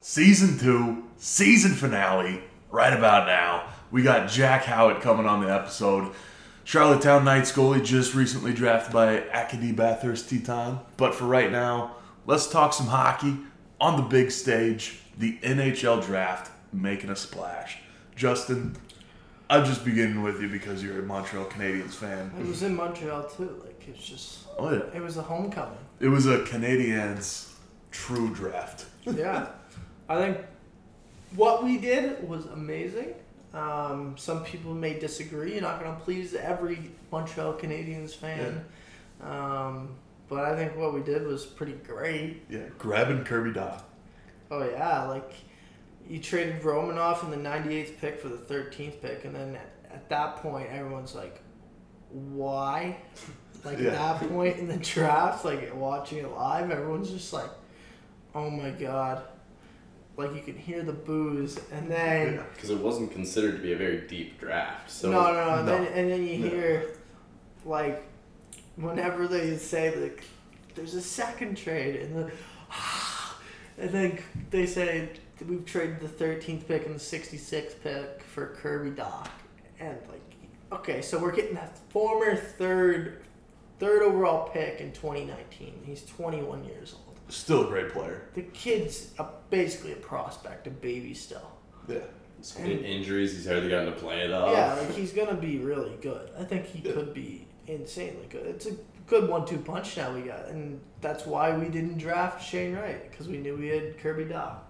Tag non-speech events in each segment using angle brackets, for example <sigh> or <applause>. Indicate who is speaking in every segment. Speaker 1: season two, season finale, right about now. We got Jack Howard coming on the episode. Charlottetown Knights goalie just recently drafted by Acadie Bathurst Teton. But for right now, let's talk some hockey on the big stage. The NHL draft making a splash. Justin, I'm just beginning with you because you're a Montreal Canadiens
Speaker 2: I
Speaker 1: fan.
Speaker 2: was in Montreal too. Like it's just,
Speaker 1: Oh yeah.
Speaker 2: it was a homecoming.
Speaker 1: It was a Canadiens true draft.
Speaker 2: yeah, I think what we did was amazing. Um, some people may disagree. You're not going to please every Montreal Canadiens fan, um, but I think what we did was pretty great.
Speaker 1: Yeah, grabbing Kirby Doc.
Speaker 2: Oh yeah, like you traded Romanoff in the 98th pick for the 13th pick, and then at, at that point, everyone's like, "Why?"
Speaker 1: <laughs>
Speaker 2: Like
Speaker 1: Yeah.
Speaker 2: at that point in the draft, like watching it live, everyone's just like, "Oh my god!" Like you can hear the boos, and then
Speaker 1: Yeah.
Speaker 3: Because it wasn't considered to be a very deep draft. So
Speaker 2: no, no, no, and
Speaker 1: no.
Speaker 2: then and then you
Speaker 3: No.
Speaker 2: hear like whenever they say like there's a second trade and the <sighs> and then they say we've traded the 13th pick and the 66th pick for Kirby Doc and like okay so we're getting that former third third overall pick in 2019 he's 21 years old
Speaker 1: Still a great player.
Speaker 2: the kid's a, basically a prospect a baby still
Speaker 1: Yeah.
Speaker 3: so many injuries, he's hardly gotten to play it off.
Speaker 2: Yeah, like he's gonna be really good. I think he could be insanely good. It's a good one-two punch now we got, and that's why we didn't draft Shane Wright because we knew we had Kirby Doc.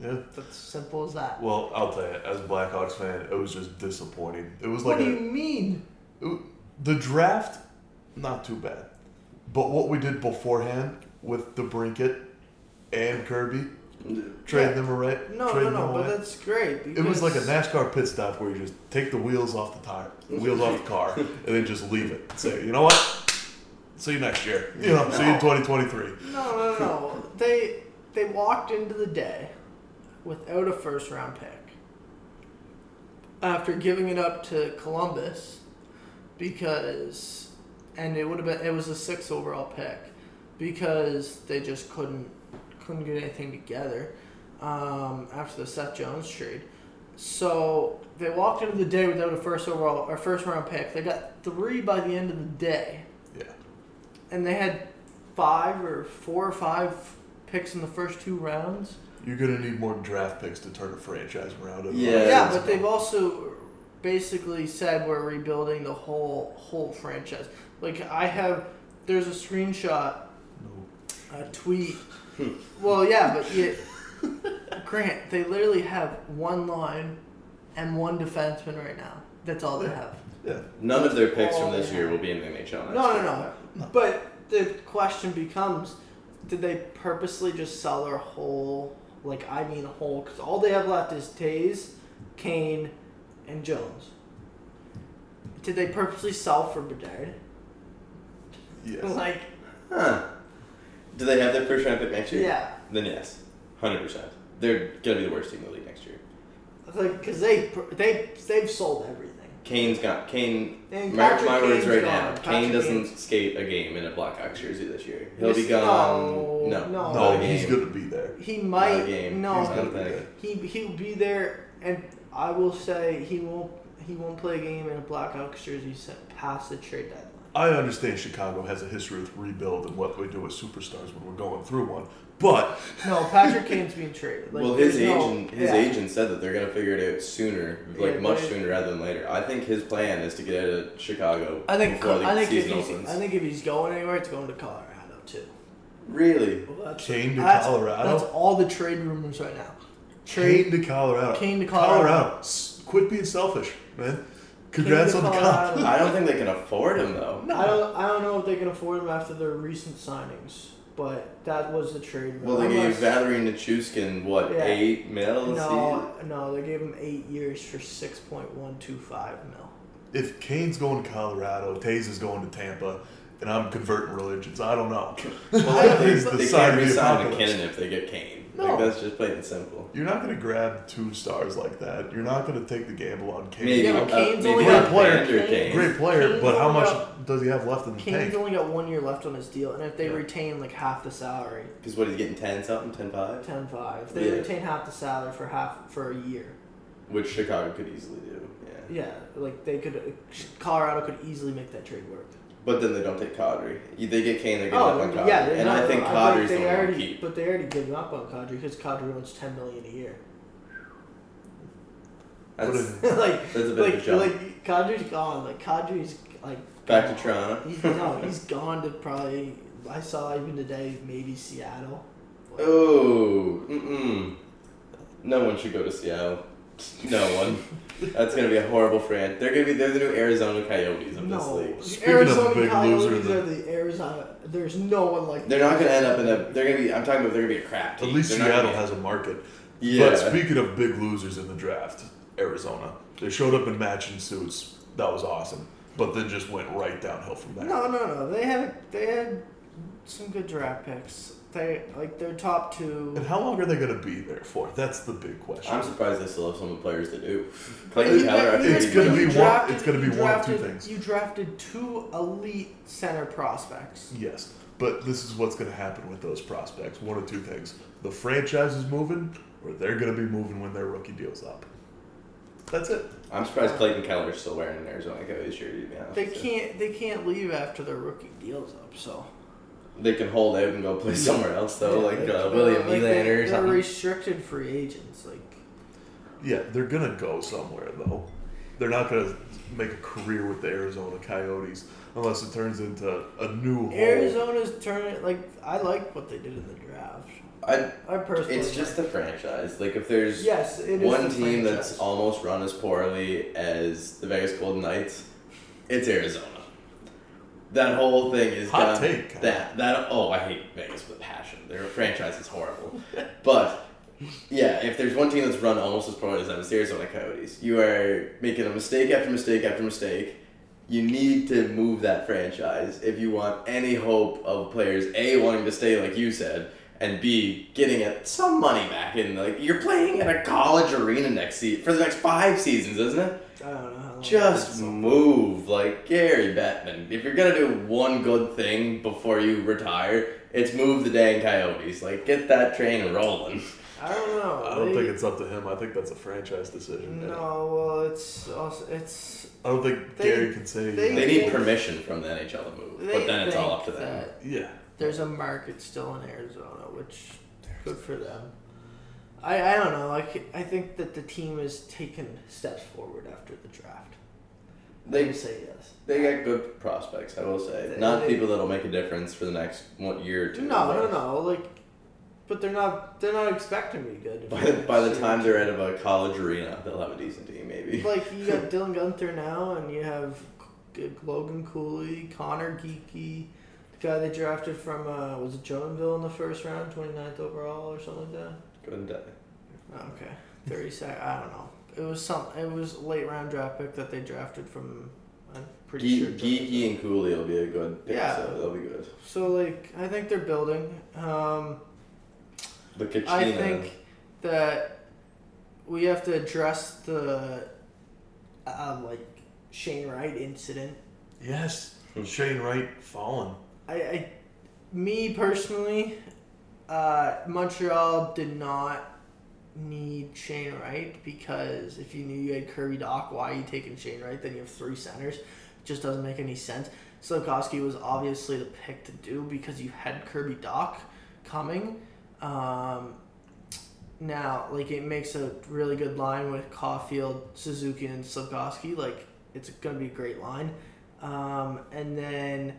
Speaker 1: Yeah.
Speaker 2: That's simple as that.
Speaker 1: Well, I'll tell you, as a Blackhawks fan, it was just disappointing. It was
Speaker 2: what
Speaker 1: like
Speaker 2: do
Speaker 1: a,
Speaker 2: you mean?
Speaker 1: it- the draft, not too bad, but what we did beforehand with the Brinket and Kirby, trade
Speaker 2: Yeah.
Speaker 1: them away.
Speaker 2: No,
Speaker 1: trade
Speaker 2: no,
Speaker 1: them
Speaker 2: no. But
Speaker 1: away.
Speaker 2: that's great.
Speaker 1: It was like a
Speaker 2: because-
Speaker 1: NASCAR pit stop where you just take the wheels off the
Speaker 2: <laughs>
Speaker 1: tire, wheels off the car, and then just leave it. Say, you know what? See you next year. You know, see you in 2023.
Speaker 2: No, no, no. they they walked into the day without a first round pick after giving it up to Columbus because and it would have been it was a sixth overall pick because they just couldn't couldn't get anything together um, after the Seth Jones trade. So they walked into the day without a first overall or first round pick. They got three by the end of the day
Speaker 1: Yeah.
Speaker 2: and they had five or four or five picks in the first two rounds.
Speaker 1: You're gonna need more draft picks to turn a franchise around.
Speaker 3: Yeah.
Speaker 2: yeah, but they've also basically said we're rebuilding the whole whole franchise. Like I have, there's a screenshot, a tweet. well, yeah, but yeah, Grant, they literally have one line and one defenseman right now. That's all they have.
Speaker 1: yeah.
Speaker 3: None of their picks from
Speaker 2: Oh,
Speaker 3: this
Speaker 2: yeah.
Speaker 3: year will be in the
Speaker 2: No,
Speaker 3: NHL.
Speaker 2: no,
Speaker 3: next
Speaker 2: no.
Speaker 3: year.
Speaker 2: But the question becomes: Did they purposely just sell their whole? Like, I mean, whole, because all they have left is Tays, Kane, and Jones. Did they purposely sell for Bedard?
Speaker 1: Yes.
Speaker 2: <laughs> Like,
Speaker 3: Huh. Do they have their first round pick next year?
Speaker 2: yeah,
Speaker 3: Then yes, hundred percent. They're gonna be the worst team in the league next year.
Speaker 2: like because they pur- they they've sold everything.
Speaker 3: Kane's got Kane.
Speaker 2: And
Speaker 3: Mark
Speaker 2: Patrick
Speaker 3: my words
Speaker 2: Kane's
Speaker 3: right
Speaker 2: gone.
Speaker 3: now. Kane
Speaker 2: Patrick
Speaker 3: doesn't
Speaker 2: Kane's-
Speaker 3: skate a game in a Blackhawks jersey this year. He'll be
Speaker 2: Yes,
Speaker 3: gone.
Speaker 2: no,
Speaker 3: No,
Speaker 2: no.
Speaker 3: not
Speaker 1: No,
Speaker 3: a game.
Speaker 1: he's gonna be there.
Speaker 2: He
Speaker 3: Not a
Speaker 2: might
Speaker 3: game.
Speaker 2: no.
Speaker 3: He's not
Speaker 1: he-
Speaker 3: a pick.
Speaker 2: He he'll be there, and I will say he won't he won't play a game in a Blackhawks jersey set past the trade deadline.
Speaker 1: I understand Chicago has a history with rebuild and what we do with superstars when we're going through one, but
Speaker 2: No, Patrick Kane's being traded. Like,
Speaker 3: well, his
Speaker 2: there's no-
Speaker 3: agent, his
Speaker 2: yeah.
Speaker 3: agent said that they're gonna figure it out sooner, like
Speaker 2: Yeah,
Speaker 3: much
Speaker 2: they-
Speaker 3: sooner rather than later. I think his plan is to get out of Chicago
Speaker 2: I think
Speaker 3: before the
Speaker 2: I think if
Speaker 3: season
Speaker 2: he's
Speaker 3: opens.
Speaker 2: I think if he's going anywhere, it's going to Colorado too.
Speaker 3: really,
Speaker 2: Well, that's-
Speaker 1: Kane to
Speaker 2: that's-
Speaker 1: Colorado?
Speaker 2: That's all the trade rumors right now.
Speaker 1: Kane to Colorado.
Speaker 2: Kane to Colorado.
Speaker 1: S- Quit being selfish, man.
Speaker 2: Kane to
Speaker 1: Congrats on the
Speaker 2: Colorado.
Speaker 1: cup.
Speaker 3: I don't think they can afford him though.
Speaker 2: I don't I don't know if they can afford him after their recent signings, but that was the trade. rumor.
Speaker 3: Well, they gave
Speaker 2: Unless-
Speaker 3: Valerie Nichushkin what
Speaker 2: Yeah.
Speaker 3: eight mil?
Speaker 2: No,
Speaker 3: a season?
Speaker 2: no, they gave him eight years for six point one two five mil.
Speaker 1: <laughs> If Kane's going to Colorado, Taze is going to Tampa, and I'm converting religions. I don't know.
Speaker 3: Well,
Speaker 1: He's
Speaker 3: they,
Speaker 1: the
Speaker 3: they
Speaker 1: sign
Speaker 3: can't
Speaker 1: of the
Speaker 3: resign
Speaker 1: apocalypse.
Speaker 3: McKinnon if they get Kane.
Speaker 2: No.
Speaker 3: Like that's just plain and simple.
Speaker 1: You're not going to grab two stars like that. You're not going to take the gamble on Kane.
Speaker 3: Maybe
Speaker 2: Yeah, but
Speaker 3: uh,
Speaker 2: Kane's
Speaker 3: maybe
Speaker 2: only
Speaker 1: got
Speaker 3: not
Speaker 1: player.
Speaker 3: Vander
Speaker 2: Kane.
Speaker 3: Kane.
Speaker 1: Great player,
Speaker 2: Kane's
Speaker 1: but how
Speaker 2: only
Speaker 1: much
Speaker 2: got-
Speaker 1: does he have left in the
Speaker 2: Kane's
Speaker 1: tank?
Speaker 2: only got one year left on his deal, and if they
Speaker 1: Yeah.
Speaker 2: retain like half the salary,
Speaker 3: Because what he's getting ten something, ten five,
Speaker 2: 10-5, if they
Speaker 3: Yeah.
Speaker 2: retain half the salary for half for a year.
Speaker 3: which Chicago could easily do. Yeah.
Speaker 2: Yeah, like they could, Colorado could easily make that trade work.
Speaker 3: But then they don't take Kadri. You- They get Kane, they're giving
Speaker 2: Oh,
Speaker 3: up on Kadri.
Speaker 2: yeah, they're
Speaker 3: and
Speaker 2: not-
Speaker 3: I think
Speaker 2: but
Speaker 3: Kadri's the
Speaker 2: they
Speaker 3: one they
Speaker 2: already,
Speaker 3: keep.
Speaker 2: But they already given up on Kadri because Kadri owns ten million a year. <laughs>
Speaker 1: What
Speaker 3: That's,
Speaker 1: a-
Speaker 2: like
Speaker 3: that's a bit of a
Speaker 2: like
Speaker 3: jump.
Speaker 2: like Kadri's gone. Like Kadri's like
Speaker 3: Back to
Speaker 2: gone.
Speaker 3: Toronto.
Speaker 2: He's, no,
Speaker 3: <laughs>
Speaker 2: he's gone to probably. I saw even today maybe Seattle.
Speaker 3: Oh, mm-mm. No one should go to Seattle. No one. That's gonna be a horrible friend. They're gonna be they're the new Arizona Coyotes of this
Speaker 2: No,
Speaker 3: league.
Speaker 2: the
Speaker 1: Speaking of a
Speaker 2: Arizona
Speaker 1: big
Speaker 2: Coyotes
Speaker 1: loser, the-
Speaker 2: are the Arizona. There's no one like.
Speaker 3: They're not gonna end up in a. They're gonna be. I'm talking about. They're gonna be a crap
Speaker 1: At
Speaker 3: team.
Speaker 1: least
Speaker 3: They're not
Speaker 1: Seattle
Speaker 3: gonna
Speaker 1: has a market.
Speaker 3: be- Yeah.
Speaker 1: But speaking of big losers in the draft, Arizona. They showed up in matching suits. That was awesome. But then just went right downhill from there.
Speaker 2: No, no, no. They had they had some good draft picks. They like their top two.
Speaker 1: And how long are they going to be there for? That's the big question.
Speaker 3: I'm surprised they still have some of the players that
Speaker 2: <laughs>
Speaker 3: do.
Speaker 1: It's
Speaker 3: Clayton Keller. I
Speaker 1: gonna-
Speaker 3: think
Speaker 1: it's
Speaker 3: he's
Speaker 1: gonna
Speaker 3: done.
Speaker 1: be
Speaker 2: You
Speaker 1: one-
Speaker 2: drafted-
Speaker 1: it's gonna be
Speaker 2: you
Speaker 1: one of two
Speaker 2: drafted-
Speaker 1: things.
Speaker 2: You drafted two elite center prospects.
Speaker 1: Yes, but this is what's going to happen with those prospects. One of two things: the franchise is moving, or they're going to be moving when their rookie deal's up. That's it.
Speaker 3: I'm surprised Clayton Keller is still wearing an Arizona Coyotes jersey. To be honest.
Speaker 2: They
Speaker 3: So,
Speaker 2: can't they can't leave after their rookie deals up. So
Speaker 3: They can hold out and go play somewhere else though,
Speaker 2: Yeah,
Speaker 3: like
Speaker 2: they-
Speaker 3: uh, William
Speaker 2: like, they-
Speaker 3: Nylander or
Speaker 2: They're
Speaker 3: something.
Speaker 2: restricted free agents. Like
Speaker 1: Yeah, they're going to go somewhere though. They're not going to make a career with the Arizona Coyotes unless it turns into a new hole.
Speaker 2: Arizona's turning. Like I like what they did in the draft.
Speaker 3: I,
Speaker 2: I personally.
Speaker 3: it's just the franchise. Like if there's
Speaker 2: yes. It is
Speaker 3: one
Speaker 2: the
Speaker 3: team that's
Speaker 2: franchise.
Speaker 3: almost run as poorly as the Vegas Golden Knights, it's Arizona. That whole thing is
Speaker 1: Hot
Speaker 3: done.
Speaker 1: take, Kyle.
Speaker 3: That that oh, I hate Vegas with a passion. Their franchise is horrible. <laughs> but yeah, if there's one team that's run almost as poorly as them, it's the Arizona Coyotes. You are making a mistake after mistake after mistake. You need to move that franchise if you want any hope of players a wanting to stay, like you said, and b getting at some money back in. Like you're playing at a college arena next se- for the next five seasons, isn't it?
Speaker 2: I don't know. How long
Speaker 3: Just
Speaker 2: it's-
Speaker 3: move like Gary Bettman. If you're gonna do one good thing before you retire, it's move the dang coyotes. Like get that train rolling.
Speaker 2: I don't know.
Speaker 1: I don't
Speaker 2: They-
Speaker 1: think it's up to him. I think that's a franchise decision. man.
Speaker 2: No, well, it's also it's.
Speaker 1: I don't think
Speaker 2: They-
Speaker 1: Gary can say.
Speaker 2: they-
Speaker 3: They need permission from the NHL to move,
Speaker 2: They
Speaker 3: but then it's all
Speaker 2: think
Speaker 3: up to them.
Speaker 2: that
Speaker 1: yeah,
Speaker 2: There's a market still in Arizona, which good for them. I, I don't know. I, c- I think that the team has taken steps forward after the draft. They
Speaker 3: They
Speaker 2: would say yes.
Speaker 3: they got good prospects, I will say.
Speaker 2: They-
Speaker 3: Not
Speaker 2: they-
Speaker 3: people that'll make a difference for the next one year or two.
Speaker 2: No, no,
Speaker 3: but
Speaker 2: no. Like, but they're not they're not expecting to be good.
Speaker 3: By the, by the time they're out of a college arena, they'll have a decent team,
Speaker 2: <laughs>
Speaker 3: maybe.
Speaker 2: like you got Dylan Gunther now, and you have G- Logan Cooley, Connor Geeky, the guy they drafted from uh, was it Joinville in the first round, 29th overall or something like that.
Speaker 3: Go and die.
Speaker 2: Okay, thirty sec. I don't know. It was some. It was late round draft pick that they drafted from. I'm pretty
Speaker 3: Ge-
Speaker 2: sure.
Speaker 3: Geeky and Cooley will be a good pick,
Speaker 2: Yeah.
Speaker 3: so they'll be good.
Speaker 2: So like, I think they're building. Um,
Speaker 3: Look at
Speaker 2: I
Speaker 3: Sheena.
Speaker 2: think that we have to address the um, like Shane Wright incident.
Speaker 1: yes.
Speaker 3: Hmm.
Speaker 1: Shane Wright fallen.
Speaker 2: I, I me personally, uh, Montreal did not need Shane Wright because if you knew you had Kirby Doc, why are you taking Shane Wright? Then you have three centers. It just doesn't make any sense. Slavkovsky was obviously the pick to do because you had Kirby Doc coming. Um, now, like it makes a really good line with Caulfield, Suzuki, and Slavkovsky. Like it's gonna be a great line. Um, and then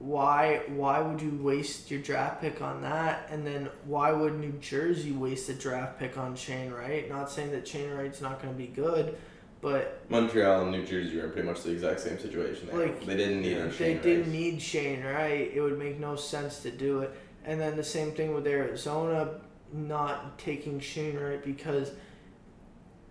Speaker 2: why why would you waste your draft pick on that? And then why would New Jersey waste a draft pick on Shane Wright? Not saying that Shane Wright's not going to be good, but
Speaker 3: Montreal and New Jersey were in pretty much the exact same situation. There.
Speaker 2: Like,
Speaker 3: they didn't need a
Speaker 2: they
Speaker 3: Shane
Speaker 2: didn't
Speaker 3: Wright.
Speaker 2: need Shane Wright. It would make no sense to do it. And then the same thing with Arizona not taking Shane Wright because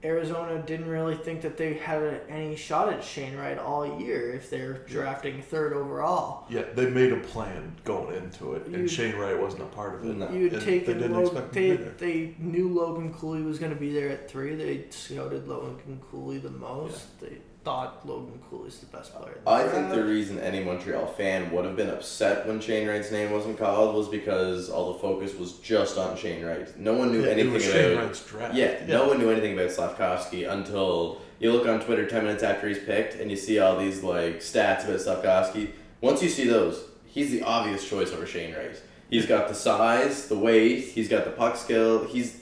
Speaker 2: Arizona didn't really think that they had any shot at Shane Wright all year if they're
Speaker 3: Mm.
Speaker 2: drafting third overall.
Speaker 1: Yeah, they made a plan going into it, and
Speaker 2: You-
Speaker 1: Shane Wright wasn't a part of it.
Speaker 3: No.
Speaker 2: You
Speaker 1: And
Speaker 2: had taken
Speaker 1: they didn't
Speaker 2: Logan,
Speaker 1: expect him
Speaker 2: they,
Speaker 1: to be there.
Speaker 2: they knew Logan Cooley was going to be there at three. They scouted Logan Cooley the most. They thought Logan Cooley's the best player. in the
Speaker 3: I think
Speaker 2: draft.
Speaker 3: the reason any Montreal fan would have been upset when Shane Wright's name wasn't called was because all the focus was just on Shane Wright. No one knew
Speaker 1: Yeah, it
Speaker 3: anything
Speaker 1: was
Speaker 3: about
Speaker 1: Shane Wright's draft.
Speaker 3: Yeah, no one knew anything about Slavkovsky until you look on Twitter 10 minutes after he's picked and you see all these like stats about Slavkovsky. Once you see those, he's the obvious choice over Shane Wright. He's got the size, the weight, he's got the puck skill. He's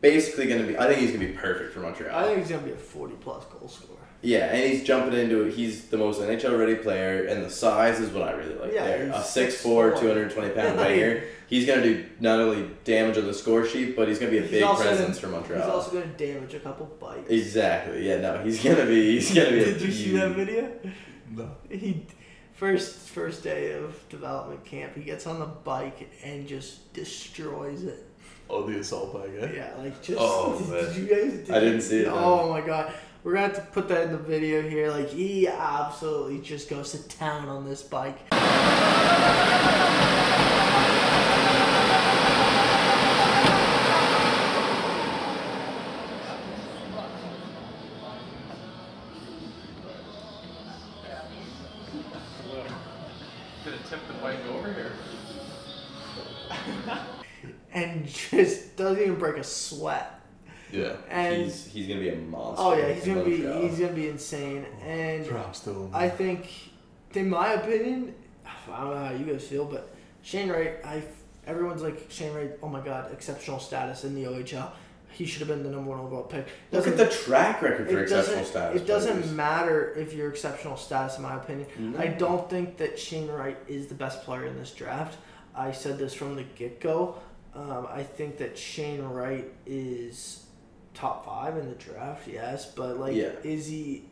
Speaker 3: basically going to be I think he's going to be perfect for Montreal.
Speaker 2: I think he's going to be a 40 plus goal scorer.
Speaker 3: yeah, and he's jumping into it. He's the most NHL ready player and the size is what I really like
Speaker 2: Yeah,
Speaker 3: there.
Speaker 2: he's
Speaker 3: A 6'4",
Speaker 2: 6'4".
Speaker 3: 220
Speaker 2: <laughs>
Speaker 3: pound
Speaker 2: Yeah, I mean-
Speaker 3: winger. He's going to do not only damage on the score sheet, but he's going to be a
Speaker 2: He's
Speaker 3: big
Speaker 2: also
Speaker 3: presence for
Speaker 2: gonna-
Speaker 3: Montreal.
Speaker 2: He's also going to damage a couple bites.
Speaker 3: Exactly. Yeah. No. He's gonna be. He's gonna be. a
Speaker 2: Did you see that
Speaker 3: huge-
Speaker 2: video?
Speaker 1: No.
Speaker 2: He first first day of development camp, he gets on the bike and just destroys it.
Speaker 1: Oh, the assault bag. Eh?
Speaker 2: Yeah, like just.
Speaker 1: Oh,
Speaker 2: <laughs> did,
Speaker 1: man.
Speaker 2: you guys? Did
Speaker 3: I didn't see it,
Speaker 2: Oh my god, we're gonna have to put that in the video here. Like he absolutely just goes to town on this bike.
Speaker 4: Gonna tip the bike over here.
Speaker 2: And <laughs> just doesn't even break a sweat.
Speaker 1: Yeah.
Speaker 2: And
Speaker 3: He's he's gonna be a monster.
Speaker 2: oh yeah, he's
Speaker 3: in
Speaker 2: gonna be
Speaker 3: Montreal.
Speaker 2: he's gonna be insane. And
Speaker 1: Drop still.
Speaker 2: I think, in my opinion, I don't know how you guys feel, but Shane Wright, I everyone's like Shane Wright. Oh my God, exceptional status in the OHL. He should have been the number one overall pick.
Speaker 3: Look
Speaker 2: Doesn't-
Speaker 3: at the track record for
Speaker 2: it
Speaker 3: exceptional
Speaker 2: doesn't.
Speaker 3: status.
Speaker 2: it doesn't
Speaker 3: players. Mm-hmm.
Speaker 2: matter if you're exceptional status, in my opinion.
Speaker 3: No.
Speaker 2: I don't think that Shane Wright is the best player in this draft. I said this from the get go. Um, I think that Shane Wright is top five in the draft. Yes, but like,
Speaker 3: Yeah.
Speaker 2: is he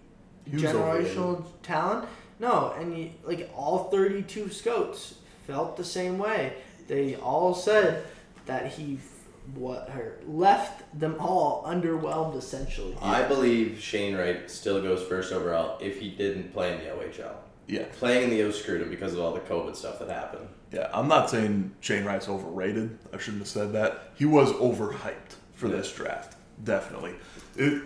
Speaker 1: He was
Speaker 2: generational talent? No, and you, like all 32 scouts felt the same way. They all said that he f- what her left them all underwhelmed essentially.
Speaker 3: I believe Shane Wright still goes first overall if he didn't play in the OHL.
Speaker 1: Yeah.
Speaker 3: Playing in the O screwed him because of all the COVID stuff that happened.
Speaker 1: Yeah, I'm not saying Shane Wright's overrated. I shouldn't have said that. He was overhyped for
Speaker 3: Yeah.
Speaker 1: this draft, definitely. It,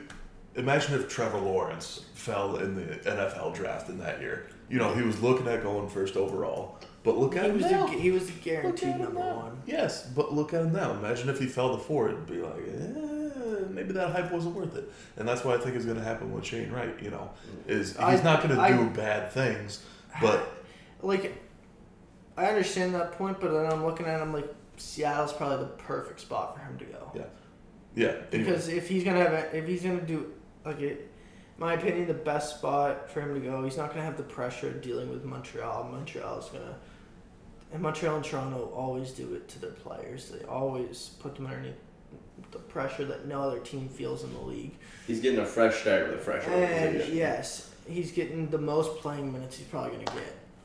Speaker 1: imagine if Trevor Lawrence fell in the NFL draft in that year. You know, he was looking at going first overall, but look at
Speaker 2: He
Speaker 1: him
Speaker 2: was
Speaker 1: now.
Speaker 2: the, he was the
Speaker 1: Look at
Speaker 2: guaranteed
Speaker 1: him
Speaker 2: number
Speaker 1: now.
Speaker 2: one.
Speaker 1: Yes, but look at him now. Imagine if he fell to four, it'd be like, eh, maybe that hype wasn't worth it. And that's what I think is going to happen with Shane Wright. You know, is he's
Speaker 2: I-
Speaker 1: not going to
Speaker 2: I-
Speaker 1: do bad things, but
Speaker 2: <sighs> Like, I understand that point, but then I'm looking at him like Seattle's probably the perfect spot for him to go
Speaker 1: Yeah, yeah, anyway.
Speaker 2: because if he's gonna have a, if he's gonna do like it. in My opinion, the best spot for him to go. He's not gonna have the pressure of dealing with Montreal. Montreal's gonna, and Montreal and Toronto always do it to their players. They always put them underneath the pressure that no other team feels in the league.
Speaker 3: He's getting a fresh start with a
Speaker 2: Uh,
Speaker 3: fresh
Speaker 2: And
Speaker 3: organization.
Speaker 2: yes, he's getting the most playing minutes he's probably gonna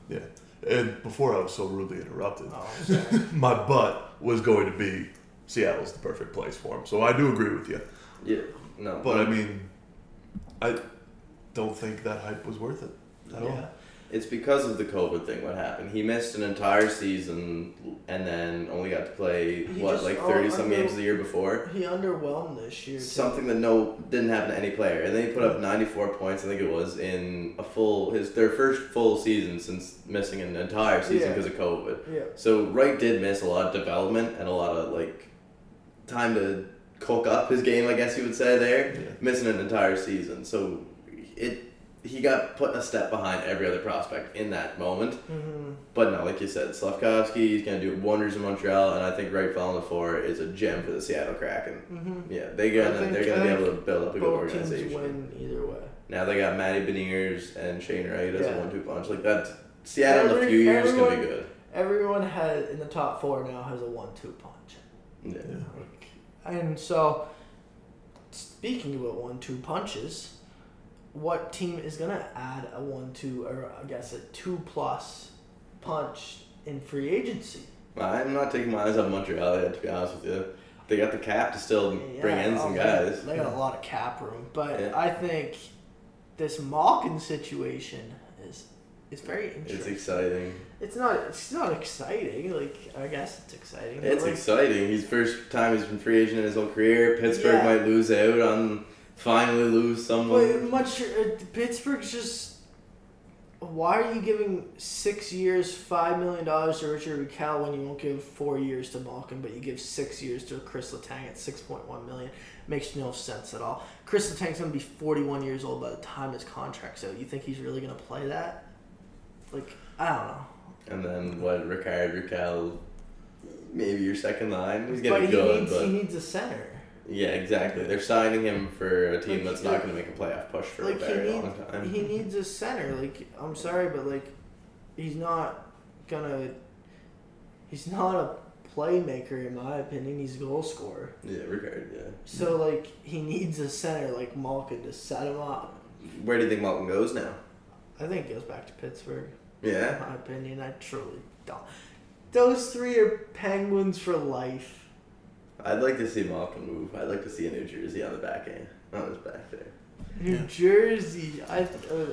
Speaker 2: get.
Speaker 1: Yeah. And before I was so rudely interrupted,
Speaker 2: Oh,
Speaker 3: <laughs>
Speaker 2: sorry.
Speaker 1: my butt was going to be Seattle's the perfect place for him. So I do agree with you.
Speaker 3: Yeah. No.
Speaker 1: But I mean, I don't think that hype was worth it at
Speaker 2: yeah.
Speaker 1: all.
Speaker 3: It's because of the COVID thing. What happened? He missed an entire season and then only got to play
Speaker 2: He
Speaker 3: what,
Speaker 2: just-
Speaker 3: like
Speaker 2: oh,
Speaker 3: thirty
Speaker 2: I
Speaker 3: some
Speaker 2: know.
Speaker 3: games the year before.
Speaker 2: He underwhelmed this year. too.
Speaker 3: something that no didn't happen to any player, and then he put up ninety four points. I think it was in a full his their first full season since missing an entire season
Speaker 2: Yeah.
Speaker 3: because of COVID.
Speaker 2: Yeah.
Speaker 3: So Wright did miss a lot of development and a lot of like time to cook up his game. I guess you would say there
Speaker 1: Yeah.
Speaker 3: missing an entire season. So it he got put a step behind every other prospect in that moment.
Speaker 2: hmm
Speaker 3: But no, like you said, Slavkovsky he's gonna do wonders in Montreal, and I think Wright falling to four is a gem for the Seattle Kraken.
Speaker 2: hmm
Speaker 3: Yeah, they gonna
Speaker 2: I think-
Speaker 3: they're gonna
Speaker 2: I
Speaker 3: be
Speaker 2: think
Speaker 3: able to build up a good
Speaker 2: Both teams
Speaker 3: organization.
Speaker 2: win either way.
Speaker 3: Now they got Matty Beniers and Shane Wright as
Speaker 2: Yeah.
Speaker 3: a one-two punch. Like that, Seattle in a
Speaker 2: Every-
Speaker 3: few years is gonna be
Speaker 2: everyone-
Speaker 3: good.
Speaker 2: Everyone has in the top four now has a one-two punch,
Speaker 3: Yeah.
Speaker 1: Yeah.
Speaker 2: and so speaking about one-two punches, what team is gonna add a one-two or I guess a two-plus punch in free agency?
Speaker 3: I'm not taking my eyes off Montreal yet, to be honest with you. They got the cap to still
Speaker 2: Yeah,
Speaker 3: bring in
Speaker 2: oh,
Speaker 3: some
Speaker 2: they got-
Speaker 3: guys.
Speaker 2: They got a lot of cap room, but
Speaker 3: Yeah.
Speaker 2: I think this Malkin situation is is very
Speaker 3: It's
Speaker 2: interesting. It's,
Speaker 3: exciting.
Speaker 2: not it's not exciting. Like I guess it's exciting. but,
Speaker 3: It's
Speaker 2: like,
Speaker 3: exciting. He's first time he's been free agent in his whole career. Pittsburgh
Speaker 2: Yeah.
Speaker 3: might lose out on finally lose
Speaker 2: But
Speaker 3: someone.
Speaker 2: much uh, Pittsburgh's just. Why are you giving six years, five million dollars to Richard Raquel when you won't give four years to Malkin, but you give six years to Chris Letang at six point one million? Makes no sense at all. Chris Letang's gonna be forty one years old by the time his contract's out. You think he's really gonna play that? Like I don't know.
Speaker 3: And then what? Ricard Raquel, maybe your second line. He's
Speaker 2: but
Speaker 3: getting
Speaker 2: he
Speaker 3: good,
Speaker 2: needs
Speaker 3: but
Speaker 2: he needs a center.
Speaker 3: yeah, exactly. They're signing him for a team
Speaker 2: Like,
Speaker 3: that's
Speaker 2: he-
Speaker 3: not going to make a playoff push for
Speaker 2: like
Speaker 3: a
Speaker 2: he,
Speaker 3: very
Speaker 2: need,
Speaker 3: long time.
Speaker 2: he needs a center. Like I'm sorry, but like he's not gonna. He's not a playmaker in my opinion. He's a goal scorer.
Speaker 3: yeah, Ricard. Yeah.
Speaker 2: So like he needs a center like Malkin to set him up.
Speaker 3: Where do you think Malton goes now?
Speaker 2: I think it goes back to Pittsburgh. In
Speaker 3: Yeah.
Speaker 2: my opinion, I truly don't. Those three are Penguins for life.
Speaker 3: I'd like to see Malcolm move. I'd like to see a New Jersey on the back end, on his back there.
Speaker 2: New
Speaker 1: Yeah.
Speaker 2: Jersey, I uh,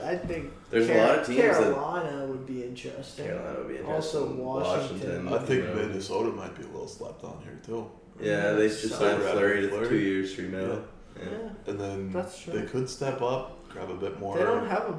Speaker 2: I think
Speaker 3: There's a lot of teams that-
Speaker 2: Carolina would be interesting.
Speaker 3: Carolina would be interesting.
Speaker 2: Also Washington.
Speaker 1: I think
Speaker 3: you know.
Speaker 1: Minnesota might be a little slept on here too.
Speaker 3: Yeah, they just
Speaker 2: So-
Speaker 3: signed
Speaker 1: Grab
Speaker 3: Flurry
Speaker 1: Fleury.
Speaker 3: to two years, three mil. Yeah.
Speaker 2: Yeah.
Speaker 1: And then
Speaker 2: That's true.
Speaker 1: they could step up, grab a bit more.
Speaker 2: They don't have a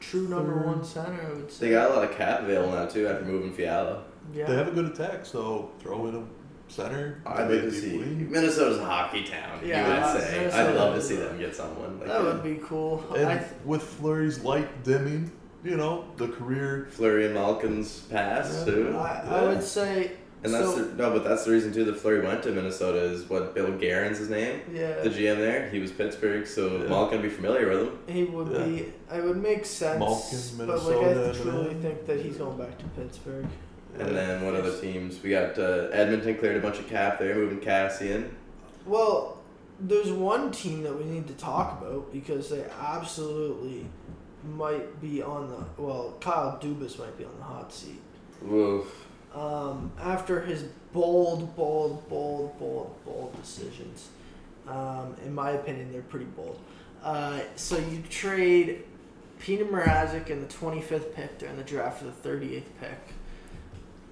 Speaker 2: true number one center. I would say.
Speaker 3: They got a lot of cap available now too after moving Fiala.
Speaker 2: yeah.
Speaker 1: They have a good attack, so throw in a center.
Speaker 3: I'd like
Speaker 1: make
Speaker 3: to
Speaker 1: a deep
Speaker 3: see
Speaker 1: wing.
Speaker 3: Minnesota's a hockey town.
Speaker 2: Yeah,
Speaker 3: you would say.
Speaker 2: Minnesota-
Speaker 3: I'd love to see them get someone. Like
Speaker 2: that would be cool.
Speaker 1: And
Speaker 2: I th-
Speaker 1: with Flurry's light dimming, you know, the career.
Speaker 3: Flurry and Malkin's pass
Speaker 1: Yeah.
Speaker 2: I,
Speaker 3: too.
Speaker 2: I would say.
Speaker 3: And that's
Speaker 2: so,
Speaker 3: the, no, but that's the reason too that Flurry went to Minnesota is what Bill Guerin's his name,
Speaker 2: yeah.
Speaker 3: the GM there. He was Pittsburgh, so
Speaker 1: Yeah.
Speaker 3: Malkin would be familiar with him.
Speaker 2: he would
Speaker 1: Yeah.
Speaker 2: be. It would make sense.
Speaker 1: Malkin,
Speaker 2: but like I
Speaker 1: Minnesota,
Speaker 2: truly
Speaker 1: man.
Speaker 2: think that he's going back to Pittsburgh.
Speaker 3: And then what other teams? We got uh, Edmonton cleared a bunch of cap there, moving Cassian.
Speaker 2: Well, there's one team that we need to talk about because they absolutely might be on the. Well, Kyle Dubas might be on the hot seat.
Speaker 3: Woof.
Speaker 2: um, after his bold, bold, bold, bold, bold decisions. Um, in my opinion, they're pretty bold. Uh, so you trade Pina Mrazek in the 25th pick during the draft for the 38th pick.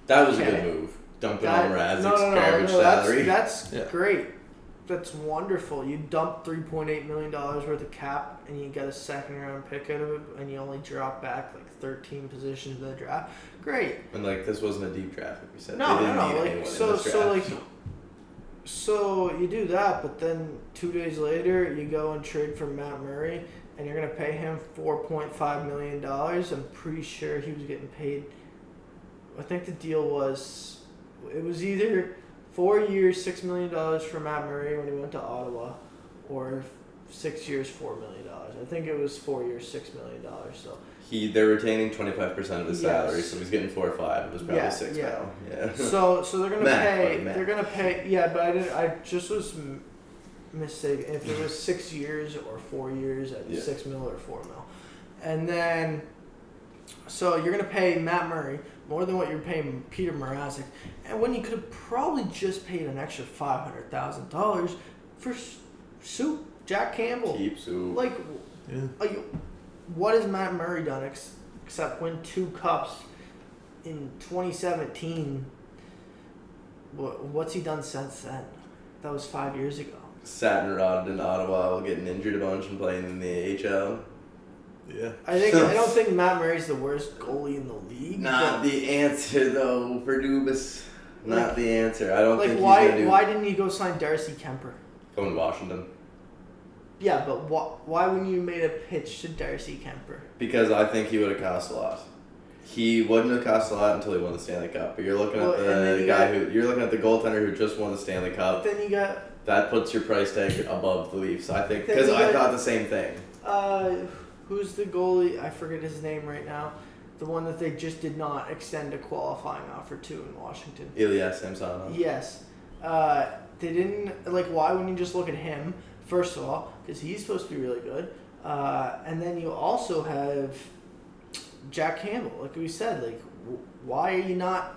Speaker 3: That was a
Speaker 2: Okay.
Speaker 3: good move. Dumping
Speaker 2: That-
Speaker 3: on Mrazek's
Speaker 2: no, no, no,
Speaker 3: garbage
Speaker 2: no, that's-
Speaker 3: salary.
Speaker 2: That's,
Speaker 1: Yeah.
Speaker 2: great. That's wonderful. You dump three point eight million dollars worth of cap, and you get a second round pick out of it, and you only drop back like thirteen positions in the draft. Great.
Speaker 3: And like this wasn't a deep draft, like we said.
Speaker 2: No,
Speaker 3: they
Speaker 2: no,
Speaker 3: didn't
Speaker 2: no.
Speaker 3: need anyone
Speaker 2: Like
Speaker 3: in
Speaker 2: so,
Speaker 3: this
Speaker 2: so like,
Speaker 3: draft.
Speaker 2: so you do that, but then two days later you go and trade for Matt Murray, and you're gonna pay him four point five million dollars. I'm pretty sure he was getting paid. I think the deal was, it was either four years, six million dollars for Matt Murray when he went to Ottawa, or six years, four million dollars. I think it was four years, six million dollars. So.
Speaker 3: he they're retaining twenty five percent of his
Speaker 2: Yes.
Speaker 3: salary, so he's getting four or five. It was probably
Speaker 2: Yeah,
Speaker 3: six
Speaker 2: yeah.
Speaker 3: now. Yeah. <laughs>
Speaker 2: So, so they're gonna
Speaker 3: Matt,
Speaker 2: pay.
Speaker 3: buddy, Matt.
Speaker 2: They're gonna pay. Yeah, but I didn't. I just was m- mistaken. If it was six years or four years at
Speaker 3: Yeah.
Speaker 2: six mil or four mil, and then, so you're gonna pay Matt Murray more than what you're paying Peter Mrazek, and when you could have probably just paid an extra five hundred thousand dollars for S- Soup Jack Campbell.
Speaker 3: Keep Sue.
Speaker 2: Like,
Speaker 1: Yeah.
Speaker 2: like, what has Matt Murray done ex- except win two cups in 2017? What, what's he done since then? That was five years ago.
Speaker 3: Sat and rotted in Ottawa while getting injured a bunch and playing in the AHL.
Speaker 1: Yeah.
Speaker 2: I think I don't think Matt Murray's the worst goalie in the league.
Speaker 3: Not
Speaker 2: but,
Speaker 3: the answer though for Dubas. Not
Speaker 2: Like-
Speaker 3: the answer. I don't
Speaker 2: like
Speaker 3: think he's gonna
Speaker 2: why
Speaker 3: do
Speaker 2: why didn't he go sign Darcy Kemper?
Speaker 3: going to Washington.
Speaker 2: Yeah, but why why wouldn't you made a pitch to Darcy Kemper?
Speaker 3: Because I think he would have cost a lot. He wouldn't have cost a lot until he won the Stanley Cup. But you're looking
Speaker 2: Well,
Speaker 3: at
Speaker 2: and then
Speaker 3: the
Speaker 2: you
Speaker 3: guy
Speaker 2: got-
Speaker 3: who you're looking at the goaltender who just won the Stanley Cup.
Speaker 2: Then you got
Speaker 3: That puts your price tag above the Leafs, I think,
Speaker 2: Then
Speaker 3: because
Speaker 2: you
Speaker 3: I
Speaker 2: got-
Speaker 3: thought the same thing.
Speaker 2: uh, who's the goalie? I forget his name right now. The one that they just did not extend a qualifying offer to in Washington.
Speaker 3: Ilya Samsonov.
Speaker 2: Yes. Uh, they didn't like. Why wouldn't you just look at him first of all? Because he's supposed to be really good. Uh, and then you also have Jack Campbell. Like we said, like w- why are you not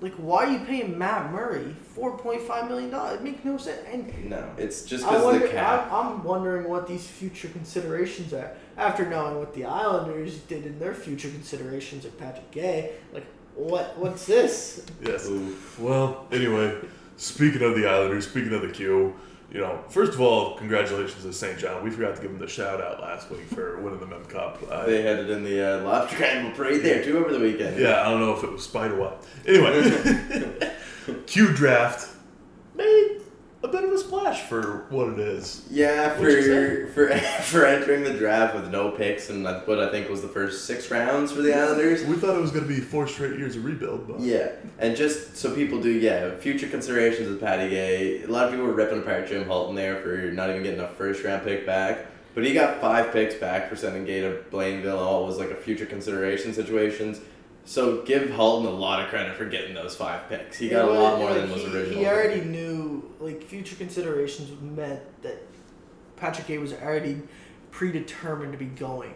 Speaker 2: Like, why are you paying Matt Murray four point five million dollars? It makes no sense. And
Speaker 3: No, it's just
Speaker 2: I
Speaker 3: because of
Speaker 2: wonder,
Speaker 3: the cap.
Speaker 2: I, I'm wondering what these future considerations are after knowing what the Islanders did in their future considerations of Patrick Gay. Like, what? What's this?
Speaker 1: Yes.
Speaker 3: Ooh.
Speaker 1: Well, anyway, speaking of the Islanders, speaking of the Q, you know, first of all, congratulations to St. John. We forgot to give them the shout out last week for winning the Mem Cup. I-
Speaker 3: They had it in the uh, <laughs> lobster triangle parade there too over the weekend.
Speaker 1: yeah, I don't know if it was Spite or what. Anyway, <laughs> Q draft made a bit of a splash for what it is.
Speaker 3: Yeah,
Speaker 1: What'd
Speaker 3: for
Speaker 1: you
Speaker 3: <laughs> for for entering the draft with no picks and that's what I think was the first six rounds for the Islanders.
Speaker 1: We thought it was going to be four straight years of rebuild, but
Speaker 3: Yeah, and just so people do, yeah, future considerations with Patty Gay. A lot of people were ripping apart Jim Halton there for not even getting a first round pick back, but he got five picks back for sending Gay to Blainville. All was like a future consideration situations. So give Halton a lot of credit for getting those five picks. He got a lot more than
Speaker 2: Like,
Speaker 3: was
Speaker 2: he-
Speaker 3: original.
Speaker 2: He already knew like future considerations meant that Patrick Gay was already predetermined to be going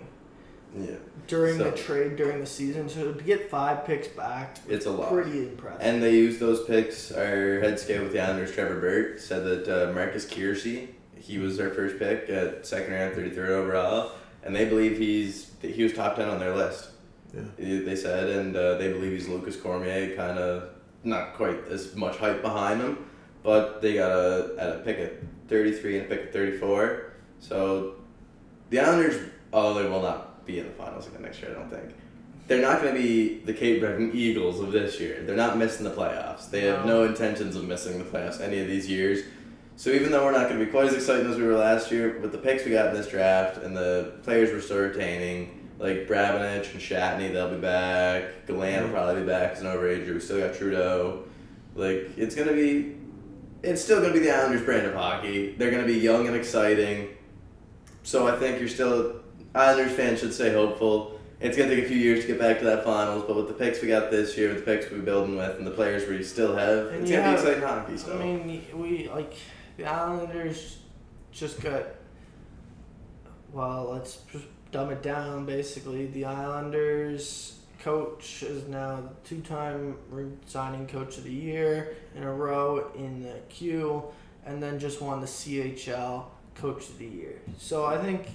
Speaker 3: Yeah,
Speaker 2: during the
Speaker 3: So-
Speaker 2: trade during the season. So to get five picks back,
Speaker 3: it's a lot.
Speaker 2: pretty impressive.
Speaker 3: And they used those picks. Our head scout with the Islanders, Trevor Burt, said that uh, Marcus Kiersey, he was their first pick at second round, 33rd overall, and they believe he's that he was top 10 on their list.
Speaker 1: Yeah.
Speaker 3: Eh, They said, and uh, they believe he's Lucas Cormier, kind of not quite as much hype behind him, but they got a, at a pick at 33 and a pick at 34. So the Islanders, although they will not be in the finals again next year, I don't think. They're not going to be the Cape Breton Eagles of this year. They're not missing the playoffs. They have
Speaker 2: No.
Speaker 3: no intentions of missing the playoffs any of these years. So even though we're not going to be quite as exciting as we were last year, with the picks we got in this draft and the players we're still retaining, like Brabanich and Shatney, they'll be back. Gallant will probably be back as an overager. We still got Trudeau. Like it's going to be, it's still going to be the Islanders' brand of hockey. They're going to be young and exciting. So I think you're still Islanders fans should stay hopeful. It's gonna take a few years to get back to that finals, but with the picks we got this year, with the picks we're building with, and the players we still have,
Speaker 2: And
Speaker 3: it's
Speaker 2: you
Speaker 3: gonna
Speaker 2: have-
Speaker 3: be exciting hockey. So
Speaker 2: I mean, we like the Islanders just got. Well, let's just dumb it down. Basically, the Islanders coach is now the two-time resigning coach of the year in a row in the Q, and then just won the CHL coach of the year. So I think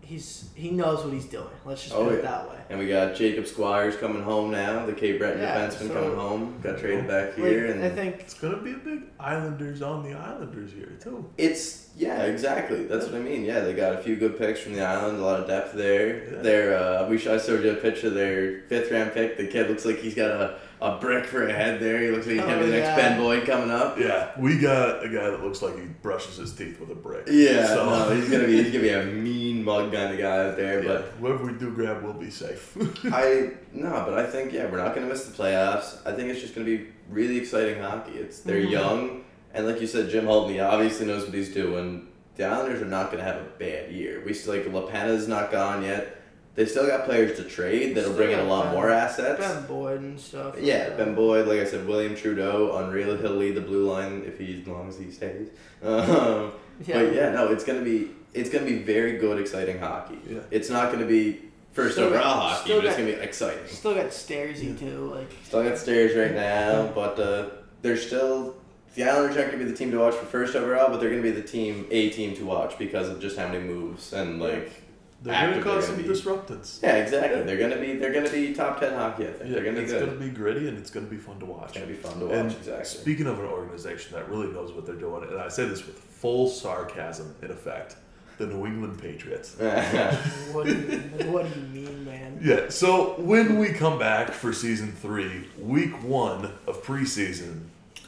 Speaker 2: he's he knows what he's doing. Let's just
Speaker 3: Oh,
Speaker 2: put it
Speaker 3: yeah.
Speaker 2: that way.
Speaker 3: and we got Jacob Squires coming home now, the Cape Breton
Speaker 2: Yeah,
Speaker 3: defenseman
Speaker 2: so-
Speaker 3: coming home, got traded back here,
Speaker 2: Like,
Speaker 3: and
Speaker 2: I think
Speaker 1: it's going to be a big Islanders on the Islanders here, too.
Speaker 3: It's yeah, exactly. That's what I mean. Yeah, they got a few good picks from the island, a lot of depth there.
Speaker 1: Yeah.
Speaker 3: Their uh, we sh- I showed you a picture of their fifth round pick. The kid looks like he's got a, a brick for a head there. He looks like he's gonna
Speaker 2: Oh,
Speaker 3: be the next
Speaker 2: yeah.
Speaker 3: Ben Boyd coming up.
Speaker 1: Yeah, we got a guy that looks like he brushes his teeth with a brick. <laughs>
Speaker 3: Yeah,
Speaker 1: So-
Speaker 3: no, he's gonna be he's gonna be a mean mug kind of guy out there.
Speaker 1: Yeah, whoever we do grab will be
Speaker 3: <laughs>
Speaker 1: safe.
Speaker 3: But I no, but I think yeah, we're not gonna miss the playoffs. I think it's just gonna be really exciting hockey. It's they're
Speaker 2: Mhm.
Speaker 3: young, and like you said, Jim Holden, he obviously knows what he's doing. The Islanders are not gonna have a bad year. We still like Lapana's not gone yet. They still got players to trade that'll
Speaker 2: Still
Speaker 3: bring in a
Speaker 2: got
Speaker 3: lot
Speaker 2: Ben-
Speaker 3: more assets.
Speaker 2: Ben Boyd and stuff. like
Speaker 3: Yeah,
Speaker 2: that.
Speaker 3: Ben Boyd, like I said, William Trudeau, unreal. He'll lead the blue line if he as long as he stays. <laughs> Um, But yeah, no, it's gonna be it's gonna be very good, exciting hockey.
Speaker 1: Yeah.
Speaker 3: It's not gonna be first
Speaker 2: Still
Speaker 3: overall
Speaker 2: got-
Speaker 3: hockey,
Speaker 2: still
Speaker 3: but it's
Speaker 2: got-
Speaker 3: gonna be exciting.
Speaker 2: Still got Stairsy too. Like
Speaker 3: Still got stairs right now, but uh, they're still the Islanders aren't gonna be the team to watch for first overall, but they're gonna be the team a team to watch because of just how many moves and like
Speaker 1: They're going to
Speaker 3: Actively
Speaker 1: cause some
Speaker 3: gonna be-
Speaker 1: disruptance.
Speaker 3: yeah, exactly. They're gonna be they're gonna be top ten hockey. I think
Speaker 1: Yeah,
Speaker 3: they're gonna be
Speaker 1: it's
Speaker 3: good.
Speaker 1: going to be gritty and it's going to be fun to watch.
Speaker 3: it's gonna be fun to watch.
Speaker 1: And
Speaker 3: exactly.
Speaker 1: speaking of an organization that really knows what they're doing, and I say this with full sarcasm, in effect, the New England Patriots.
Speaker 2: what? Do you, <laughs> what do you mean, man?
Speaker 1: Yeah, so when we come back for season three, week one of preseason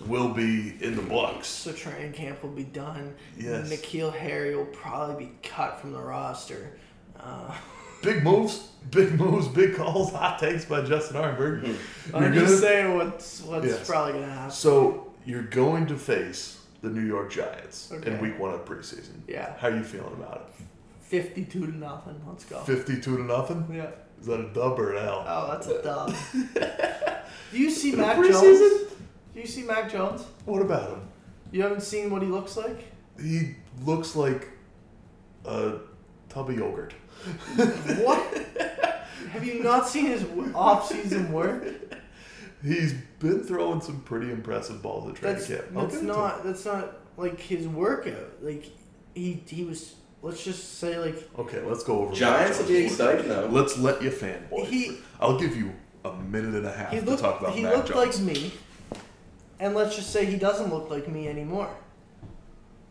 Speaker 1: will be in the books.
Speaker 2: So training camp will be done.
Speaker 1: Yes.
Speaker 2: Nikhil Harry will probably be cut from the roster.
Speaker 1: <laughs>
Speaker 2: Uh,
Speaker 1: Big moves, big moves, big calls, hot takes by Justin Arnberg. You're
Speaker 2: I'm
Speaker 1: gonna-
Speaker 2: just saying what's what's
Speaker 1: Yes.
Speaker 2: probably gonna happen.
Speaker 1: So you're going to face the New York Giants
Speaker 2: Okay.
Speaker 1: in week one of preseason.
Speaker 2: Yeah.
Speaker 1: How you feeling about
Speaker 2: Fifty-two to nothing. Let's go.
Speaker 1: it? Fifty-two to nothing.
Speaker 2: yeah.
Speaker 1: Is that a dub or an L?
Speaker 2: Oh, that's
Speaker 1: <laughs>
Speaker 2: a dub. do you see Mac
Speaker 1: preseason?
Speaker 2: Jones? Do you see Mac Jones?
Speaker 1: What about him?
Speaker 2: You haven't seen what he looks like.
Speaker 1: <laughs> He looks like a tub of yogurt.
Speaker 2: What? Have you not seen his w- off-season work?
Speaker 1: He's been throwing some pretty impressive balls at training
Speaker 2: That's
Speaker 1: camp. I'll
Speaker 2: that's
Speaker 1: give it to him.
Speaker 2: not that's not like his workout. Like he he was. Let's just say like
Speaker 1: Okay, let's go over.
Speaker 3: <laughs> Giants will be
Speaker 1: <laughs> matchups.
Speaker 3: exciting though.
Speaker 1: Let's let you fanboy.
Speaker 2: He-
Speaker 1: I'll give you a minute and a half
Speaker 2: he
Speaker 1: to
Speaker 2: looked
Speaker 1: talk about
Speaker 2: he
Speaker 1: Matt
Speaker 2: looked
Speaker 1: Johnson.
Speaker 2: like me, and let's just say he doesn't look like me anymore.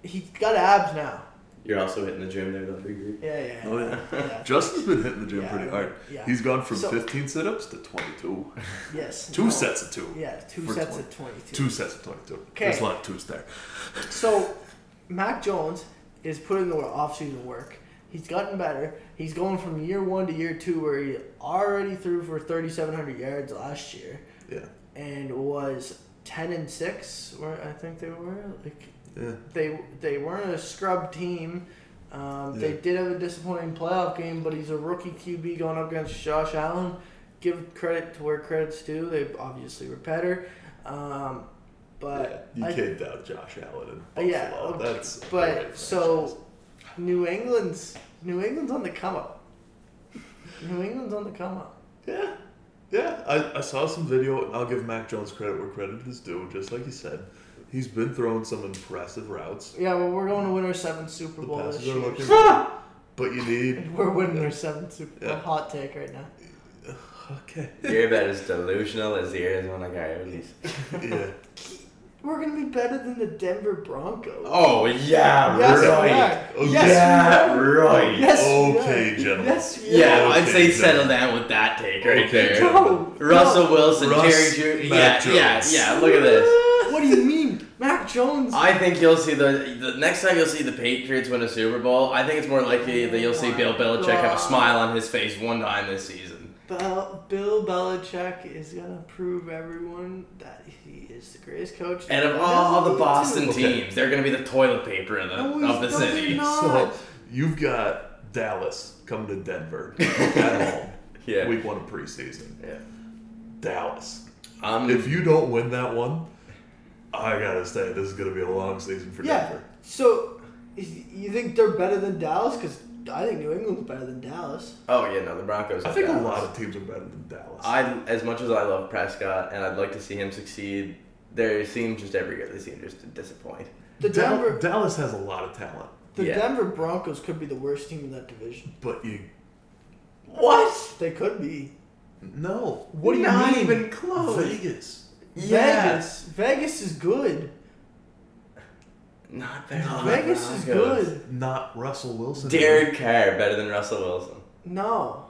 Speaker 2: He's got abs now.
Speaker 3: You're also hitting the gym there, don't you agree?
Speaker 2: Yeah, yeah.
Speaker 1: Oh, yeah. <laughs>
Speaker 2: yeah.
Speaker 1: Justin's been hitting the gym
Speaker 2: Yeah,
Speaker 1: pretty hard.
Speaker 2: yeah.
Speaker 1: He's gone from
Speaker 2: So-
Speaker 1: 15 sit-ups to 22.
Speaker 2: Yes.
Speaker 1: Two
Speaker 2: no.
Speaker 1: sets of two.
Speaker 2: Yeah, two
Speaker 1: For
Speaker 2: sets
Speaker 1: 20.
Speaker 2: of twenty-two.
Speaker 1: Two sets of 22.
Speaker 2: Okay.
Speaker 1: There's a lot of twos there.
Speaker 2: So, Mac Jones is putting the offseason work. He's gotten better. He's going from year one to year two, where he already threw for 3,700 yards last year
Speaker 1: Yeah.
Speaker 2: and was 10 and 6, where I think they were. Like,
Speaker 1: Yeah.
Speaker 2: they, they weren't a scrub team. Um, They
Speaker 1: Yeah.
Speaker 2: did have a disappointing playoff game, but he's a rookie QB going up against Josh Allen. Give credit to where credit's due. They obviously were better. Um, but
Speaker 1: You
Speaker 2: I-
Speaker 1: can't doubt Josh Allen and
Speaker 2: uh,
Speaker 1: Buffalo.
Speaker 2: Yeah, okay,
Speaker 1: That's a
Speaker 2: but
Speaker 1: great
Speaker 2: so New England's New England's on the come up. New England's on the come up.
Speaker 1: Yeah. Yeah. I, I saw some video, and I'll give Mac Jones credit where credit is due. Just like he said, he's been throwing some impressive routes.
Speaker 2: Yeah, well, we're going to win our seventh Super
Speaker 1: The
Speaker 2: Bowl this
Speaker 1: passes are
Speaker 2: year.
Speaker 1: looking
Speaker 2: <laughs>
Speaker 1: good. But you need.
Speaker 2: We're winning our seventh Super Bowl.
Speaker 1: Yeah.
Speaker 2: Hot take right now. <laughs>
Speaker 1: Okay.
Speaker 3: You're about as delusional as the Arizona Coyotes.
Speaker 1: Yeah.
Speaker 2: We're gonna be better than the Denver Broncos.
Speaker 3: Oh yeah,
Speaker 2: yes, we
Speaker 3: right.
Speaker 2: are.
Speaker 1: Oh,
Speaker 3: yeah, right.
Speaker 2: Yes, we are.
Speaker 1: okay, gentlemen.
Speaker 2: Yes, we
Speaker 3: Yeah,
Speaker 1: Okay,
Speaker 3: I'd say
Speaker 1: then.
Speaker 3: settle down with that take right
Speaker 1: Okay.
Speaker 3: there.
Speaker 2: No,
Speaker 3: Russell
Speaker 2: no.
Speaker 3: Wilson,
Speaker 1: Russ,
Speaker 3: Jerry Judy. Yeah,
Speaker 1: Matt
Speaker 3: yeah,
Speaker 1: Jones.
Speaker 3: yeah. Look at this.
Speaker 2: <laughs> What do you mean, Mac Jones?
Speaker 3: I think you'll see the the next time you'll see the Patriots win a Super Bowl. I think it's more likely that you'll
Speaker 2: Oh
Speaker 3: see Bill Belichick have a smile on his face one time this season.
Speaker 2: Bel- Bill Belichick is gonna prove everyone that he is the greatest coach.
Speaker 3: And of
Speaker 2: No,
Speaker 3: all the
Speaker 2: he
Speaker 3: Boston
Speaker 2: didn't.
Speaker 1: Okay.
Speaker 3: teams, they're gonna be the toilet paper of the
Speaker 2: No, he's-
Speaker 3: of the
Speaker 2: no, they're
Speaker 3: city.
Speaker 2: not.
Speaker 1: So you've got Dallas coming to Denver
Speaker 2: <laughs>
Speaker 1: at home.
Speaker 3: Yeah.
Speaker 1: Week one of preseason.
Speaker 3: Yeah.
Speaker 1: Dallas.
Speaker 3: Um,
Speaker 1: If you don't win that one, I gotta say this is gonna be a long season for
Speaker 2: Yeah.
Speaker 1: Denver.
Speaker 2: So, is- you think they're better than Dallas? Because I think New England's better than Dallas.
Speaker 3: oh yeah, no, the Broncos.
Speaker 1: I
Speaker 3: are
Speaker 1: think
Speaker 3: bad.
Speaker 1: a lot of teams are better than Dallas.
Speaker 3: I as much as I love Prescott and I'd like to see him succeed, they seem just every year they seem just to disappoint.
Speaker 2: The
Speaker 1: Dal-
Speaker 2: Denver,
Speaker 1: Dallas has a lot of talent,
Speaker 2: the
Speaker 3: Yeah.
Speaker 2: Denver Broncos could be the worst team in that division.
Speaker 1: but you
Speaker 3: What?
Speaker 2: They could be.
Speaker 1: no.
Speaker 2: What do you
Speaker 3: Not
Speaker 2: mean?
Speaker 3: even close.
Speaker 1: Vegas.
Speaker 2: Vegas. Vegas is good.
Speaker 3: Not better. than
Speaker 2: Vegas
Speaker 3: the
Speaker 2: is
Speaker 3: Uh, Broncos.
Speaker 2: good.
Speaker 1: Not Russell Wilson.
Speaker 3: Derek Carr better than Russell Wilson.
Speaker 2: No,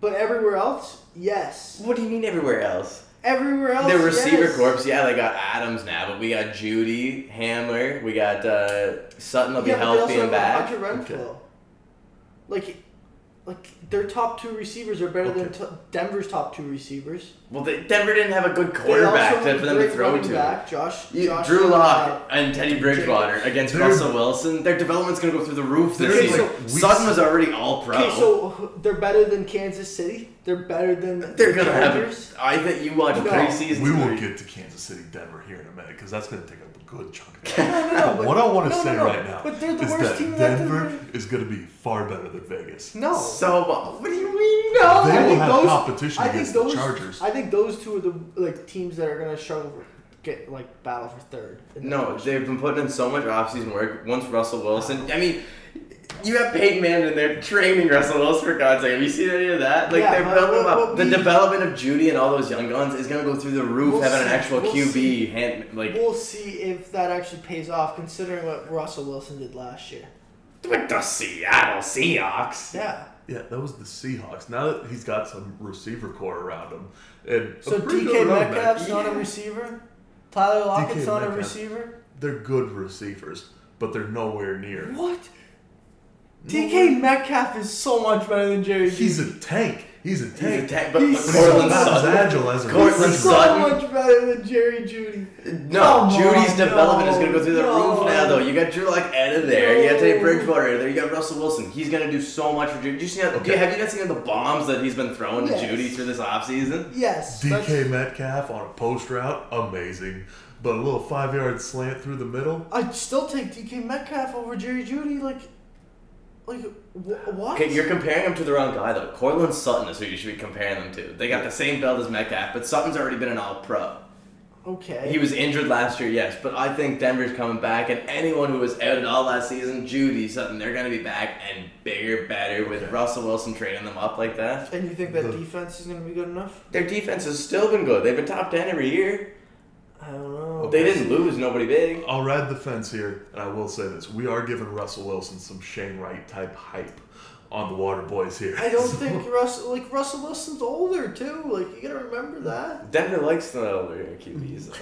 Speaker 2: but everywhere else, yes.
Speaker 3: What do you mean everywhere else?
Speaker 2: Everywhere else,
Speaker 3: Their receiver
Speaker 2: yes.
Speaker 3: corps, yeah, they got Adams now, but we got Judy, Hamler, we got uh, Sutton will be
Speaker 2: Yeah, but they
Speaker 3: healthy
Speaker 2: also
Speaker 3: and
Speaker 2: have
Speaker 3: back.
Speaker 2: Hunter Renfro.
Speaker 1: Okay.
Speaker 2: Like, like their top two receivers are better than
Speaker 1: Okay.
Speaker 2: t- Denver's top two receivers.
Speaker 3: Well, they, Denver didn't have a good
Speaker 2: They also
Speaker 3: quarterback
Speaker 2: have
Speaker 3: to,
Speaker 2: a
Speaker 3: for them to
Speaker 2: great
Speaker 3: throw
Speaker 2: running
Speaker 3: to.
Speaker 2: Back, Josh,
Speaker 3: You-
Speaker 2: Josh
Speaker 3: Drew
Speaker 2: uh,
Speaker 3: Lock and Teddy Bridgewater against
Speaker 1: They're-
Speaker 3: Russell Wilson. Their development's gonna go through the roof this
Speaker 1: They're
Speaker 3: season.
Speaker 1: like weeks-
Speaker 3: Sutton was already all pro.
Speaker 2: Okay, so they're better than Kansas City. They're better than
Speaker 3: they're gonna
Speaker 2: Chargers.
Speaker 3: have. I bet you watch
Speaker 2: No.
Speaker 3: preseason.
Speaker 1: We will
Speaker 3: three.
Speaker 1: get to Kansas City, Denver here in a minute because that's going to take up a good chunk of
Speaker 2: No,
Speaker 1: time.
Speaker 2: <laughs> no, no,
Speaker 1: But
Speaker 2: but-
Speaker 1: what I want to
Speaker 2: no, no,
Speaker 1: say
Speaker 2: no,
Speaker 1: right now
Speaker 2: But they're the
Speaker 1: is
Speaker 2: worst
Speaker 1: that
Speaker 2: team in that
Speaker 1: Denver
Speaker 2: division.
Speaker 1: is going to be far better than Vegas.
Speaker 2: No.
Speaker 3: So uh, what do you mean?
Speaker 2: no,
Speaker 1: They
Speaker 2: I
Speaker 1: will
Speaker 2: think
Speaker 1: have
Speaker 2: those,
Speaker 1: competition
Speaker 2: I think
Speaker 1: against the
Speaker 2: those,
Speaker 1: Chargers.
Speaker 2: I think those two are the like teams that are gonna struggle for, get like battle for third. in that
Speaker 3: No,
Speaker 2: division.
Speaker 3: they've been putting in so much offseason work. Once Russell Wilson, I mean, you have Peyton Manning in there training Russell Wilson for God's sake. Have you seen any of that? Like
Speaker 2: Yeah,
Speaker 3: they're
Speaker 2: but
Speaker 3: building
Speaker 2: what-
Speaker 3: him up.
Speaker 2: what
Speaker 3: the
Speaker 2: we-
Speaker 3: development of Judy and all those young guns is gonna go through the roof.
Speaker 2: We'll
Speaker 3: having an
Speaker 2: see.
Speaker 3: actual
Speaker 2: We'll
Speaker 3: QB,
Speaker 2: see.
Speaker 3: hand, like
Speaker 2: We'll see if that actually pays off, considering what Russell Wilson did last year.
Speaker 3: with the Seattle Seahawks.
Speaker 2: Yeah.
Speaker 1: Yeah, that was the Seahawks. Now that he's got some receiver core around him, and a
Speaker 2: So
Speaker 1: pretty
Speaker 2: DK
Speaker 1: good running back,
Speaker 2: Metcalf's not a receiver. Tyler Lockett's not a
Speaker 1: Metcalf.
Speaker 2: receiver.
Speaker 1: they're good receivers, but they're nowhere near.
Speaker 2: What? DK Metcalf is so much better than Jerry
Speaker 1: He's
Speaker 2: Judy.
Speaker 1: a tank. He's a tank.
Speaker 3: He's a tech, but but
Speaker 2: He's
Speaker 1: He's
Speaker 3: Cortland
Speaker 1: not as
Speaker 3: Sutton.
Speaker 1: agile as a
Speaker 3: Cortland
Speaker 1: receiver.
Speaker 2: so
Speaker 3: Sutton.
Speaker 2: much better than Jerry Judy.
Speaker 3: No,
Speaker 2: Come
Speaker 3: Judy's
Speaker 2: on,
Speaker 3: development is gonna go through the
Speaker 2: no,
Speaker 3: roof
Speaker 2: no.
Speaker 3: now. Though you got Drew Lock out of there, you got Teddy
Speaker 2: No.
Speaker 3: Bridgewater out of there, you got Russell Wilson. He's gonna do so much for Judy. Did you see how, do you,
Speaker 1: Okay.
Speaker 3: have you guys seen the bombs that he's been throwing
Speaker 2: Yes.
Speaker 3: to Judy through this offseason?
Speaker 2: Yes.
Speaker 1: DK
Speaker 2: that's-
Speaker 1: Metcalf on a post route, amazing. But a little five yard slant through the middle,
Speaker 2: I'd still take DK Metcalf over Jerry Judy. Like, Like, wh- what?
Speaker 3: Okay, you're comparing them to the wrong guy though. Coyle and Sutton is who you should be comparing them to. They got the same belt as Metcalf, but Sutton's already been an All Pro.
Speaker 2: okay.
Speaker 3: He was injured last year, yes, but I think Denver's coming back, and anyone who was out at all last season, Judy, something, they're going to be back and bigger, better with Russell Wilson training them up like that.
Speaker 2: and you think that defense is going to be good enough?
Speaker 3: Their defense has still been good. They've been top 10 every year.
Speaker 2: I don't know.
Speaker 3: They didn't lose nobody big.
Speaker 1: I'll ride the fence here, and I will say this: we are giving Russell Wilson some Shane Wright type hype on the Water Boys here. <laughs>
Speaker 2: I don't think Russell, like Russell Wilson's older too. Like you gotta remember that.
Speaker 3: Denver likes the older QBs, though.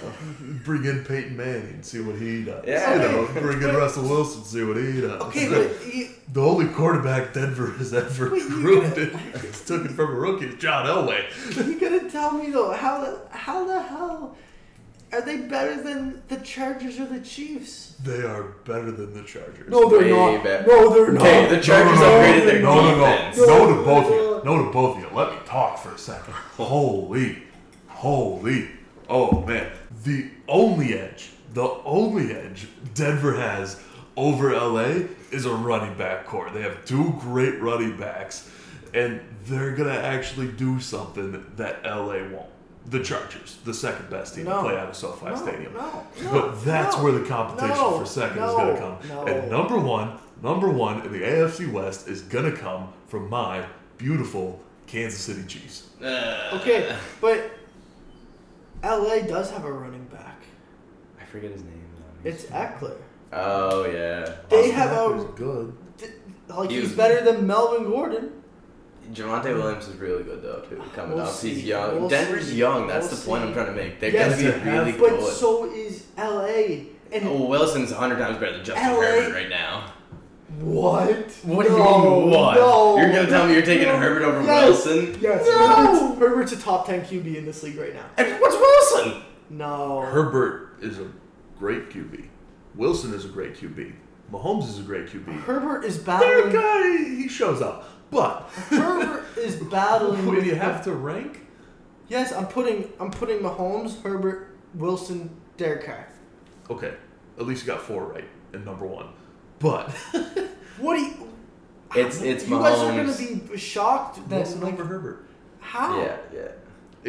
Speaker 1: bring in Peyton Manning, and see what he does.
Speaker 3: Yeah.
Speaker 1: you know, bring in Russell Wilson, see what he does.
Speaker 2: Okay, but you,
Speaker 1: the only quarterback Denver has ever
Speaker 2: Wait, you
Speaker 1: groomed
Speaker 2: gotta-
Speaker 1: it took it from a rookie is John Elway.
Speaker 2: you gotta tell me though how the how the hell are they better than the Chargers or the Chiefs?
Speaker 1: They are better than the Chargers.
Speaker 3: they're Way not. better.
Speaker 2: No, they're not.
Speaker 3: Okay, the Chargers
Speaker 1: no, no,
Speaker 3: upgraded their
Speaker 1: no,
Speaker 3: defense.
Speaker 1: No, no, no, to both of you. No to both of you. Let me talk for a second. Holy, holy. Oh man, the only edge, the only edge Denver has over LA is a running back core. They have two great running backs, and they're gonna actually do something that LA won't. The Chargers, the second best team
Speaker 2: No.
Speaker 1: to play out of SoFi
Speaker 2: No,
Speaker 1: Stadium.
Speaker 2: no, no,
Speaker 1: but that's
Speaker 2: no,
Speaker 1: where the competition
Speaker 2: no,
Speaker 1: for second is
Speaker 2: no,
Speaker 1: going to come.
Speaker 2: no.
Speaker 1: And number one, number one in the AFC West is going to come from my beautiful Kansas City Chiefs.
Speaker 3: Uh, <laughs>
Speaker 2: Okay, but LA does have a running back.
Speaker 3: I forget his name. though.
Speaker 2: It's Eckler.
Speaker 3: Oh, yeah.
Speaker 2: They have
Speaker 1: Austin
Speaker 2: a
Speaker 1: Eckler's good.
Speaker 2: th- like
Speaker 3: He
Speaker 2: he's
Speaker 3: was-
Speaker 2: better than Melvin Gordon.
Speaker 3: Javante Williams is really good though too. Coming
Speaker 2: We'll
Speaker 3: up, he's
Speaker 2: see.
Speaker 3: young.
Speaker 2: We'll
Speaker 3: Denver's
Speaker 2: see.
Speaker 3: young. That's
Speaker 2: We'll
Speaker 3: the point
Speaker 2: see.
Speaker 3: I'm trying to make. They're
Speaker 2: Yes,
Speaker 3: gonna
Speaker 1: they
Speaker 3: be really
Speaker 1: have,
Speaker 2: But
Speaker 3: good.
Speaker 2: so is LA. And
Speaker 3: oh, Wilson's hundred times better than Justin
Speaker 2: LA
Speaker 3: Herbert right now.
Speaker 2: what?
Speaker 3: What do
Speaker 2: No,
Speaker 3: you mean what?
Speaker 2: No,
Speaker 3: You're gonna tell me you're taking
Speaker 2: Oh, no.
Speaker 3: Herbert over
Speaker 2: Yes,
Speaker 3: Wilson?
Speaker 2: Yes,
Speaker 3: No.
Speaker 2: Herbert's, Herbert's a top ten QB in this league right now.
Speaker 3: And what's Wilson?
Speaker 2: No.
Speaker 1: Herbert is a great QB. Wilson is a great QB. Mahomes is a great QB.
Speaker 2: Herbert is
Speaker 1: Their
Speaker 2: battling.
Speaker 1: guy, he shows up. But
Speaker 2: Herbert is
Speaker 3: <laughs>
Speaker 1: <laughs>
Speaker 2: battling.
Speaker 1: when
Speaker 2: with
Speaker 1: you
Speaker 2: the-
Speaker 1: have to rank,
Speaker 2: Yes, I'm putting I'm putting Mahomes, Herbert, Wilson, Derek Carr.
Speaker 1: okay, at least you got four right and number one. But
Speaker 2: What do you?
Speaker 3: It's it's
Speaker 2: you guys are
Speaker 3: Mahomes.
Speaker 2: gonna be shocked
Speaker 1: <laughs>
Speaker 2: <laughs> that
Speaker 1: Wilson
Speaker 2: like,
Speaker 1: over Herbert.
Speaker 2: how
Speaker 3: yeah, yeah.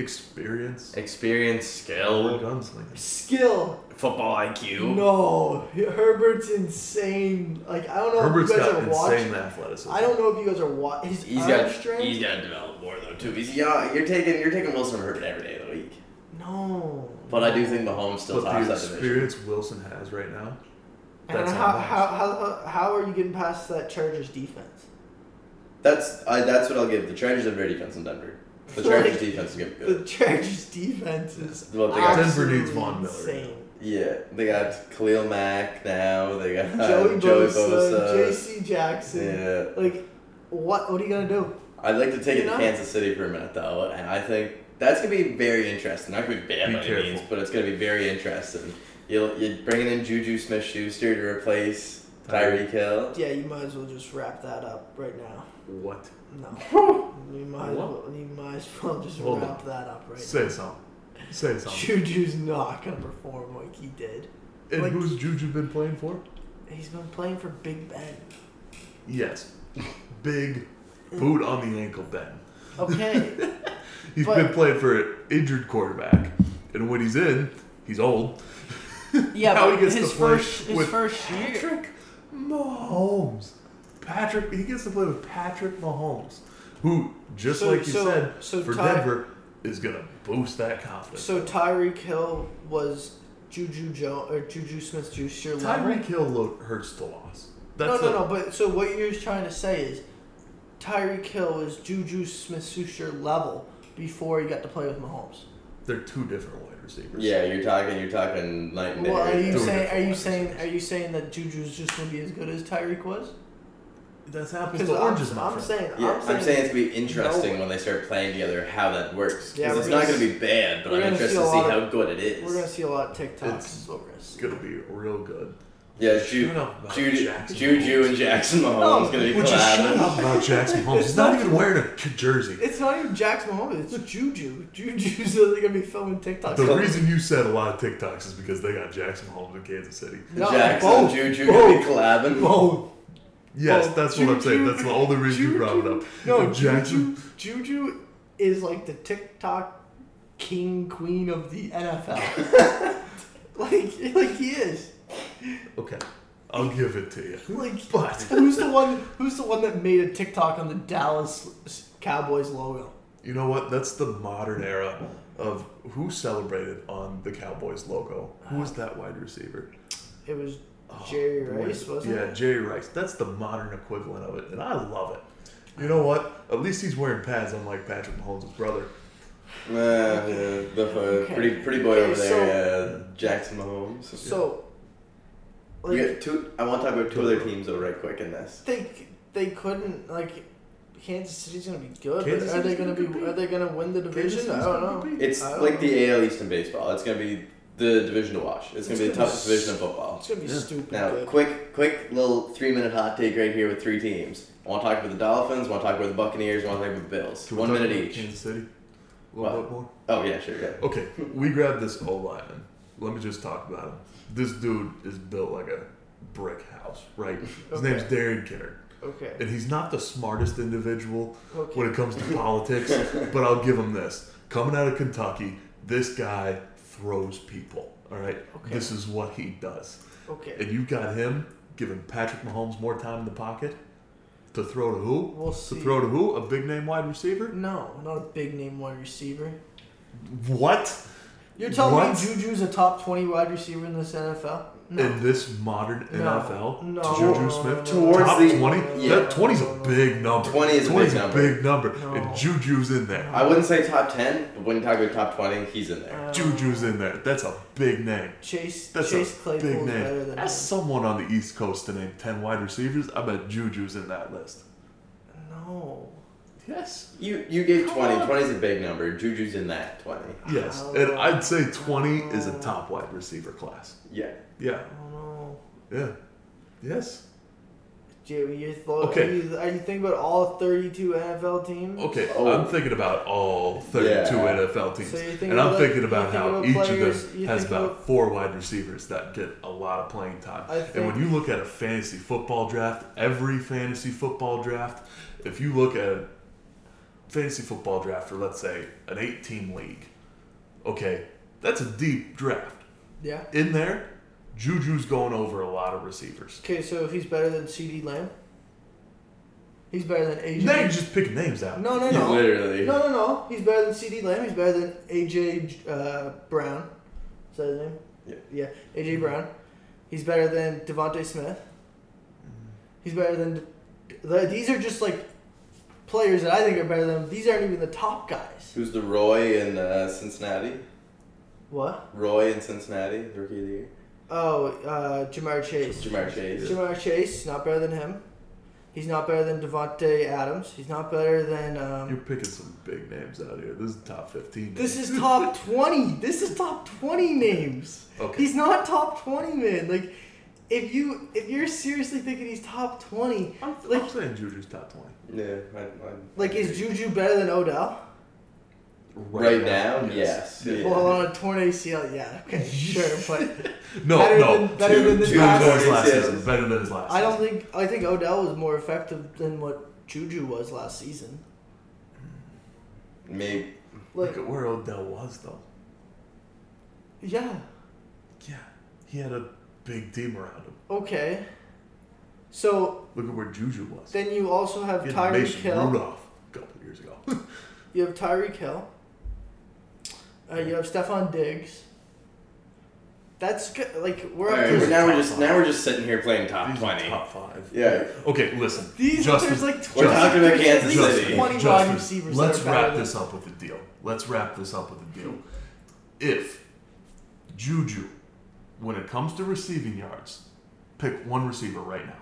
Speaker 1: Experience.
Speaker 3: Experience,
Speaker 1: over
Speaker 3: skill,
Speaker 1: Gunslinger.
Speaker 2: skill.
Speaker 3: football IQ.
Speaker 2: No, Herbert's insane. Like I don't know
Speaker 1: Herbert's
Speaker 2: if Oh, you guys
Speaker 1: got
Speaker 2: are
Speaker 1: insane
Speaker 2: watching.
Speaker 1: athleticism.
Speaker 2: I don't know if you guys are watching. His
Speaker 3: He's
Speaker 2: arm
Speaker 3: got
Speaker 2: strength.
Speaker 3: he's got to develop more though too. He's young. You're taking you're taking Wilson over Herbert every day of the week.
Speaker 2: no.
Speaker 3: But I do think Mahomes still
Speaker 1: But
Speaker 3: tops
Speaker 1: the
Speaker 3: that division.
Speaker 1: experience Wilson has right now,
Speaker 2: And
Speaker 1: that's
Speaker 2: how,
Speaker 1: not much.
Speaker 2: how, how, how, how are you getting past that Chargers defense?
Speaker 3: That's I, that's what I'll give. The Chargers have better defense in Denver. The Chargers defense is gonna be good.
Speaker 2: The Chargers defense is
Speaker 3: Well, they got-
Speaker 1: Denver
Speaker 2: absolutely
Speaker 1: needs Von Miller.
Speaker 2: insane.
Speaker 3: Yeah, they got Khalil Mack now. They got
Speaker 2: Joey,
Speaker 3: Uh, <laughs> Joey,
Speaker 2: Bosa,
Speaker 3: Bosa.
Speaker 2: J.C. Jackson.
Speaker 3: Yeah,
Speaker 2: Like, what? What are you gonna do?
Speaker 3: I'd like to take
Speaker 2: You
Speaker 3: it to
Speaker 2: know?
Speaker 3: Kansas City for a minute though, and I think that's gonna be very interesting. Not gonna be bad
Speaker 1: Be
Speaker 3: by any
Speaker 1: careful.
Speaker 3: means, but it's gonna be very interesting. You'll, you're bringing in Juju Smith-Schuster to replace Tyreek Hill.
Speaker 2: Yeah, you might as well just wrap that up right now.
Speaker 1: what?
Speaker 2: No, <laughs> you might as well,
Speaker 1: What?
Speaker 2: you might as well just
Speaker 1: Hold
Speaker 2: wrap that up right
Speaker 1: Say something. Say
Speaker 2: now.
Speaker 1: something.
Speaker 2: Juju's not gonna perform like he did.
Speaker 1: And
Speaker 2: like-
Speaker 1: who's Juju been playing for?
Speaker 2: He's been playing for Big Ben.
Speaker 1: Yes, big boot on the ankle Ben. <laughs>
Speaker 2: Okay,
Speaker 1: He's
Speaker 2: But-
Speaker 1: been playing for an injured quarterback, and when he's in, he's old. <laughs>
Speaker 2: yeah,
Speaker 1: Now
Speaker 2: but
Speaker 1: he gets
Speaker 2: his
Speaker 1: to play
Speaker 2: first his
Speaker 1: with
Speaker 2: first year.
Speaker 1: Patrick Mahomes. Patrick, he gets to play with Patrick Mahomes, who, just
Speaker 2: So-
Speaker 1: like you
Speaker 2: so-
Speaker 1: said,
Speaker 2: so
Speaker 1: for
Speaker 2: Ty-
Speaker 1: Denver, is gonna boost that confidence.
Speaker 2: So Tyreek Hill was Juju Joe or Juju Smith Schuster.
Speaker 1: Tyreek Hill lo- hurts the loss.
Speaker 2: No,
Speaker 1: That's
Speaker 2: no,
Speaker 1: a-
Speaker 2: no. But so what you're trying to say is Tyreek Hill was Juju Smith Schuster level before he got to play with Mahomes.
Speaker 1: They're two different wide receivers.
Speaker 3: Yeah, you're talking. You're talking night and day.
Speaker 2: Well, are
Speaker 3: right
Speaker 2: you
Speaker 3: now.
Speaker 1: Doing
Speaker 2: saying
Speaker 1: it for
Speaker 2: are you
Speaker 1: one
Speaker 2: saying
Speaker 1: reason.
Speaker 2: are you saying that Juju's just gonna be as good as Tyreek was?
Speaker 1: That's
Speaker 2: Because
Speaker 1: apples to
Speaker 2: I'm,
Speaker 1: oranges, my
Speaker 2: I'm
Speaker 1: friend.
Speaker 2: saying
Speaker 3: Yeah,
Speaker 2: I'm saying,
Speaker 3: it's gonna be interesting when they start playing together how that works.
Speaker 2: Yeah,
Speaker 3: Because
Speaker 2: we're
Speaker 3: it's
Speaker 2: gonna
Speaker 3: not gonna
Speaker 2: s-
Speaker 3: be bad, but
Speaker 2: we're
Speaker 3: I'm
Speaker 2: gonna
Speaker 3: interested
Speaker 2: see a
Speaker 3: to see
Speaker 2: lot
Speaker 3: how
Speaker 2: of-
Speaker 3: good it is.
Speaker 2: we're gonna see a lot of TikToks.
Speaker 1: It's-
Speaker 2: It's over us.
Speaker 1: It's gonna be real good.
Speaker 3: Yeah, Ju-
Speaker 1: Shut up about
Speaker 3: Juju,
Speaker 1: Jackson
Speaker 3: Juju
Speaker 1: Mahomes.
Speaker 3: and Jackson Mahomes
Speaker 2: No,
Speaker 3: is gonna be
Speaker 1: Would you shut
Speaker 3: collabing.
Speaker 1: up about
Speaker 2: <laughs>
Speaker 1: Jackson Mahomes? He's not even wearing a jersey.
Speaker 2: It's not even Jack's Mahomes. It's Juju. Juju's <laughs> really gonna be filming TikToks.
Speaker 1: The reason you said a lot of TikToks is because they got Jackson Mahomes in Kansas City.
Speaker 2: No,
Speaker 3: Jackson
Speaker 2: both,
Speaker 3: and Juju
Speaker 2: both, oh,
Speaker 3: gonna be collabing.
Speaker 2: both.
Speaker 1: Yes,
Speaker 2: Well,
Speaker 1: that's what I'm saying. That's the only reason you brought it up.
Speaker 2: No,
Speaker 1: Jackson.
Speaker 2: Juju, Juju is like the TikTok king queen of the NFL. <laughs> like, like he is.
Speaker 1: Okay, I'll give it to you. <laughs>
Speaker 2: Like,
Speaker 1: But
Speaker 2: who's the one? Who's the one that made a TikTok on the Dallas Cowboys logo?
Speaker 1: you know what? That's the modern era of who celebrated on the Cowboys logo. Who was that wide receiver?
Speaker 2: It was Oh, Jerry
Speaker 1: Oh, Boy,
Speaker 2: Rice, wasn't
Speaker 1: yeah,
Speaker 2: it?
Speaker 1: Jerry Rice. That's the modern equivalent of it, and I love it. You know what? At least he's wearing pads, unlike Patrick Mahomes' brother.
Speaker 3: Uh, yeah, the uh,
Speaker 2: Okay.
Speaker 3: pretty pretty boy
Speaker 2: Okay,
Speaker 3: over there,
Speaker 1: so-
Speaker 3: uh, Jackson Mahomes.
Speaker 2: So,
Speaker 3: we
Speaker 2: like,
Speaker 3: got two. I want to talk about two other teams though, right quick in this.
Speaker 2: they they couldn't like. Kansas City's gonna be good,
Speaker 1: Kansas
Speaker 2: but are they
Speaker 1: City's
Speaker 2: gonna
Speaker 1: gonna
Speaker 2: be?
Speaker 1: compete.
Speaker 2: Are they gonna win the
Speaker 1: Kansas
Speaker 2: division? I
Speaker 1: City's
Speaker 2: don't
Speaker 1: gonna
Speaker 2: know.
Speaker 1: compete.
Speaker 3: It's
Speaker 2: I don't
Speaker 3: like
Speaker 2: know.
Speaker 3: the AL East in baseball. It's gonna be the division to watch. It's gonna be the toughest division of football.
Speaker 2: It's gonna be
Speaker 1: Yeah.
Speaker 2: stupid.
Speaker 3: Now,
Speaker 2: good.
Speaker 3: quick, quick little three minute hot take right here with three teams. I want to talk about the Dolphins. Want to talk about the Buccaneers. Want to talk about the Bills.
Speaker 1: Can we
Speaker 3: One
Speaker 1: talk
Speaker 3: minute
Speaker 1: about
Speaker 3: each.
Speaker 1: Kansas City. A little
Speaker 3: What?
Speaker 1: bit more.
Speaker 3: Oh yeah, sure. Yeah.
Speaker 1: Okay, we grabbed this O lineman. Let me just talk about him. This dude is built like a brick house, right? His
Speaker 2: Okay.
Speaker 1: name's Darren Kennard,
Speaker 2: okay.
Speaker 1: and he's not the smartest individual
Speaker 2: Okay.
Speaker 1: when it comes to <laughs> politics, but I'll give him this. Coming out of Kentucky, this guy throws people. All right,
Speaker 2: Okay.
Speaker 1: this is what he does,
Speaker 2: Okay.
Speaker 1: and you've got him giving Patrick Mahomes more time in the pocket to throw to who?
Speaker 2: We'll
Speaker 1: To
Speaker 2: see.
Speaker 1: throw to who? A big name wide receiver?
Speaker 2: No, not a big name wide receiver.
Speaker 1: What?
Speaker 2: You're telling
Speaker 1: What?
Speaker 2: me Juju's a top twenty wide receiver in this NFL? No.
Speaker 1: in this modern
Speaker 2: No.
Speaker 1: NFL,
Speaker 2: No.
Speaker 1: Juju
Speaker 2: No,
Speaker 1: Smith
Speaker 2: no, no,
Speaker 3: no,
Speaker 1: top
Speaker 3: no, no.
Speaker 1: twenty.
Speaker 3: Yeah.
Speaker 1: That twenty is a big number.
Speaker 3: 20 is a big
Speaker 1: 20
Speaker 3: number.
Speaker 1: big number,
Speaker 2: No.
Speaker 1: and Juju's in there.
Speaker 3: I wouldn't say top ten, but when you talk about top twenty, he's in there.
Speaker 2: Uh,
Speaker 1: Juju's in there. That's a big name.
Speaker 2: Chase
Speaker 1: That's
Speaker 2: Chase
Speaker 1: a
Speaker 2: Claypool
Speaker 1: big
Speaker 2: is better
Speaker 1: name.
Speaker 2: than
Speaker 1: Ask someone on the East Coast to name ten wide receivers. I bet Juju's in that list.
Speaker 2: him. No.
Speaker 1: Yes.
Speaker 3: You you gave
Speaker 1: Come
Speaker 3: twenty.
Speaker 1: on.
Speaker 3: Twenty is a big number. Juju's in that twenty.
Speaker 1: Yes, and I'd say twenty is a top wide receiver class.
Speaker 3: Yeah.
Speaker 1: Yeah.
Speaker 2: I don't know.
Speaker 1: Yeah. Yes.
Speaker 2: Jimmy, you're thought-
Speaker 1: Okay.
Speaker 2: Are you, are you thinking about all thirty-two NFL teams?
Speaker 1: Okay,
Speaker 3: Oh.
Speaker 1: I'm thinking about all 32
Speaker 3: Yeah.
Speaker 1: NFL teams,
Speaker 2: So you're thinking
Speaker 1: and I'm
Speaker 2: about-
Speaker 1: thinking
Speaker 2: you're
Speaker 1: about
Speaker 2: thinking
Speaker 1: how
Speaker 2: about
Speaker 1: each
Speaker 2: players-
Speaker 1: of them
Speaker 2: you're
Speaker 1: has
Speaker 2: thinking
Speaker 1: about
Speaker 2: about-
Speaker 1: four wide receivers that get a lot of playing time.
Speaker 2: I
Speaker 1: and when
Speaker 2: think-
Speaker 1: you look at a fantasy football draft, every fantasy football draft, if you look at a fantasy football draft for let's say an eight-team league, okay, that's a deep draft.
Speaker 2: Yeah.
Speaker 1: In there, Juju's going over a lot of receivers.
Speaker 2: Okay, so if he's better than CD Lamb, he's better than AJ.
Speaker 1: Now you're just picking names out.
Speaker 2: no, no,
Speaker 3: You
Speaker 2: no.
Speaker 3: literally.
Speaker 2: No, no, no. He's better than CD Lamb. He's better than AJ uh, Brown. Is that his name?
Speaker 3: Yeah.
Speaker 2: Yeah. AJ Brown. He's better than Devonte Smith. He's better than. The, these are just like players that I think are better than. These aren't even the top guys.
Speaker 3: Who's the Roy in uh, Cincinnati?
Speaker 2: What?
Speaker 3: Roy in Cincinnati, the rookie of the year.
Speaker 2: Oh, uh, Jamar Chase.
Speaker 3: Jamar Chase.
Speaker 2: Jamar Chase. Not better than him. He's not better than Devonte Adams. He's not better than.
Speaker 1: You're
Speaker 2: Um,
Speaker 1: picking some big names out here. This is top 15.
Speaker 2: this
Speaker 1: names.
Speaker 2: is top twenty. This is top twenty names.
Speaker 1: okay.
Speaker 2: He's not top twenty, man. Like, if you if you're seriously thinking he's top twenty,
Speaker 1: I'm,
Speaker 2: Like-
Speaker 1: I'm saying Juju's top 20.
Speaker 3: Yeah. I, I,
Speaker 2: like is Juju better than Odell?
Speaker 3: Right now? Yes. Yeah.
Speaker 2: Well, on a torn ACL, yeah, okay, sure, but
Speaker 1: No,
Speaker 2: better
Speaker 1: no.
Speaker 2: than better
Speaker 3: two-
Speaker 2: than this
Speaker 3: two
Speaker 1: better than
Speaker 2: past.
Speaker 1: his last
Speaker 3: Yeah.
Speaker 1: season. Better than his last
Speaker 2: I don't
Speaker 1: season.
Speaker 2: think I think Odell was more effective than what Juju was last season.
Speaker 3: Maybe.
Speaker 2: Like,
Speaker 1: Look at where Odell was, though.
Speaker 2: yeah,
Speaker 1: Yeah. He had a big team around him.
Speaker 2: okay. So
Speaker 1: Look at where Juju was.
Speaker 2: then you also have
Speaker 1: He had
Speaker 2: Tyreek
Speaker 1: Mason
Speaker 2: Hill.
Speaker 1: Rudolph a couple years ago.
Speaker 2: You have Tyreek Hill. Uh, you have Stefan Diggs. That's good. Like we're
Speaker 3: All
Speaker 2: up
Speaker 3: right,
Speaker 2: to
Speaker 1: These are
Speaker 3: now we're
Speaker 1: top
Speaker 3: just
Speaker 1: five.
Speaker 3: now we're just sitting here playing top
Speaker 1: These
Speaker 3: twenty.
Speaker 1: are top five.
Speaker 3: Yeah.
Speaker 1: Okay, listen.
Speaker 2: These
Speaker 1: Justin,
Speaker 2: there's like 20,
Speaker 3: We're talking about
Speaker 2: there's at
Speaker 3: Kansas
Speaker 2: least
Speaker 3: City.
Speaker 2: 20 wide
Speaker 1: Justin,
Speaker 2: receivers.
Speaker 1: let's
Speaker 2: that are better
Speaker 1: wrap
Speaker 2: than-
Speaker 1: this up with a deal. Let's wrap this up with a deal. If Juju, when it comes to receiving yards, pick one receiver right now.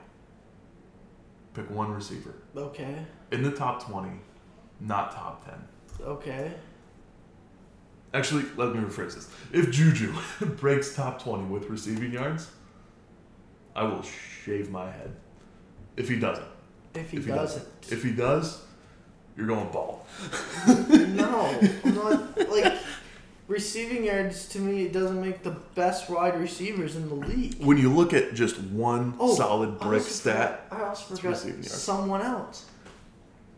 Speaker 1: Pick one receiver
Speaker 2: Okay.
Speaker 1: in the top twenty, not top ten.
Speaker 2: Okay.
Speaker 1: Actually, let me rephrase this. If Juju <laughs> breaks top twenty with receiving yards, I will shave my head. If he doesn't,
Speaker 2: If he
Speaker 1: If he
Speaker 2: doesn't,
Speaker 1: if he does, you're going bald.
Speaker 2: <laughs> no, I'm not like receiving yards to me. It doesn't make the best wide receivers in the league.
Speaker 1: When you look at just one solid
Speaker 2: Oh, I
Speaker 1: brick
Speaker 2: was just-
Speaker 1: stat,
Speaker 2: I else forgot
Speaker 1: receive yards.
Speaker 2: someone else.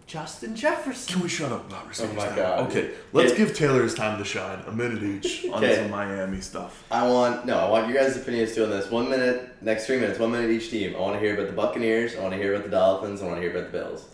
Speaker 2: Justin Jefferson.
Speaker 1: Can we shut up about receivers?
Speaker 3: Oh my
Speaker 1: now?
Speaker 3: God,
Speaker 1: Okay,
Speaker 3: dude.
Speaker 1: let's
Speaker 3: It-
Speaker 1: give Taylor his time to shine. A minute each on
Speaker 3: Okay.
Speaker 1: some Miami stuff.
Speaker 3: I want no. I want your guys' opinions too on this. One minute, next three minutes, one minute each team. I want to hear about the Buccaneers. I want to hear about the Dolphins. I want to hear about the Bills.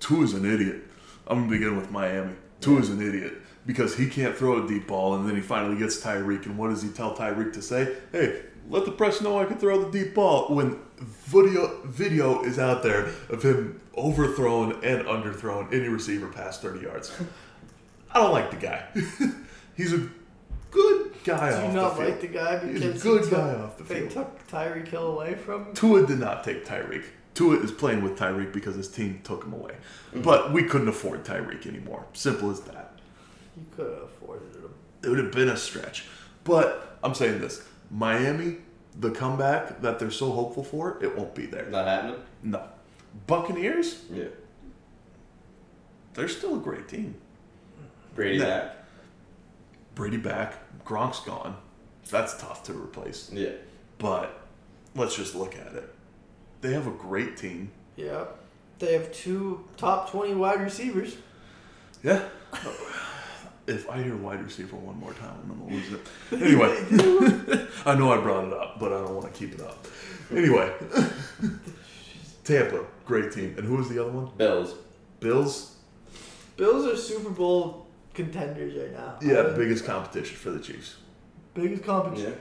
Speaker 1: Two is an idiot. I'm gonna begin with Miami. Two is an idiot because he can't throw a deep ball, and then he finally gets Tyreek. And what does he tell Tyreek to say? Hey, let the press know I can throw the deep ball. When video video is out there of him overthrown and underthrown any receiver past 30 yards. I don't like the guy. <laughs> He's a good guy.
Speaker 2: Do
Speaker 1: off
Speaker 2: you not
Speaker 1: the field.
Speaker 2: like the guy
Speaker 1: He's a
Speaker 2: because he
Speaker 1: good
Speaker 2: took-
Speaker 1: guy off the
Speaker 2: they
Speaker 1: field.
Speaker 2: took Tyreek Hill away from him?
Speaker 1: Tua did not take Tyreek. Tua is playing with Tyreek because his team took him away.
Speaker 2: Mm-hmm.
Speaker 1: But we couldn't afford Tyreek anymore. Simple as that.
Speaker 2: You could have afforded him.
Speaker 1: It would have been a stretch. But I'm saying this Miami, the comeback that they're so hopeful for, it won't be there.
Speaker 3: Not happening.
Speaker 1: No. Buccaneers,
Speaker 3: Yeah.
Speaker 1: they're still a great team.
Speaker 3: Brady
Speaker 1: No.
Speaker 3: back.
Speaker 1: Brady back, Gronk's gone. That's tough to replace.
Speaker 3: Yeah.
Speaker 1: But let's just look at it. They have a great team.
Speaker 2: Yeah. They have two top 20 wide receivers.
Speaker 1: Yeah. <sighs> if I hear wide receiver one more time, I'm gonna lose it. Anyway, <laughs> I know I brought it up, but I don't want to keep it up. Anyway, <laughs> Tampa, great team. And who was the other one?
Speaker 3: Bills.
Speaker 1: Bills.
Speaker 2: Bills are Super Bowl contenders right now.
Speaker 1: Yeah,
Speaker 2: Uh,
Speaker 1: biggest competition for the Chiefs.
Speaker 2: biggest competition.
Speaker 3: Yeah.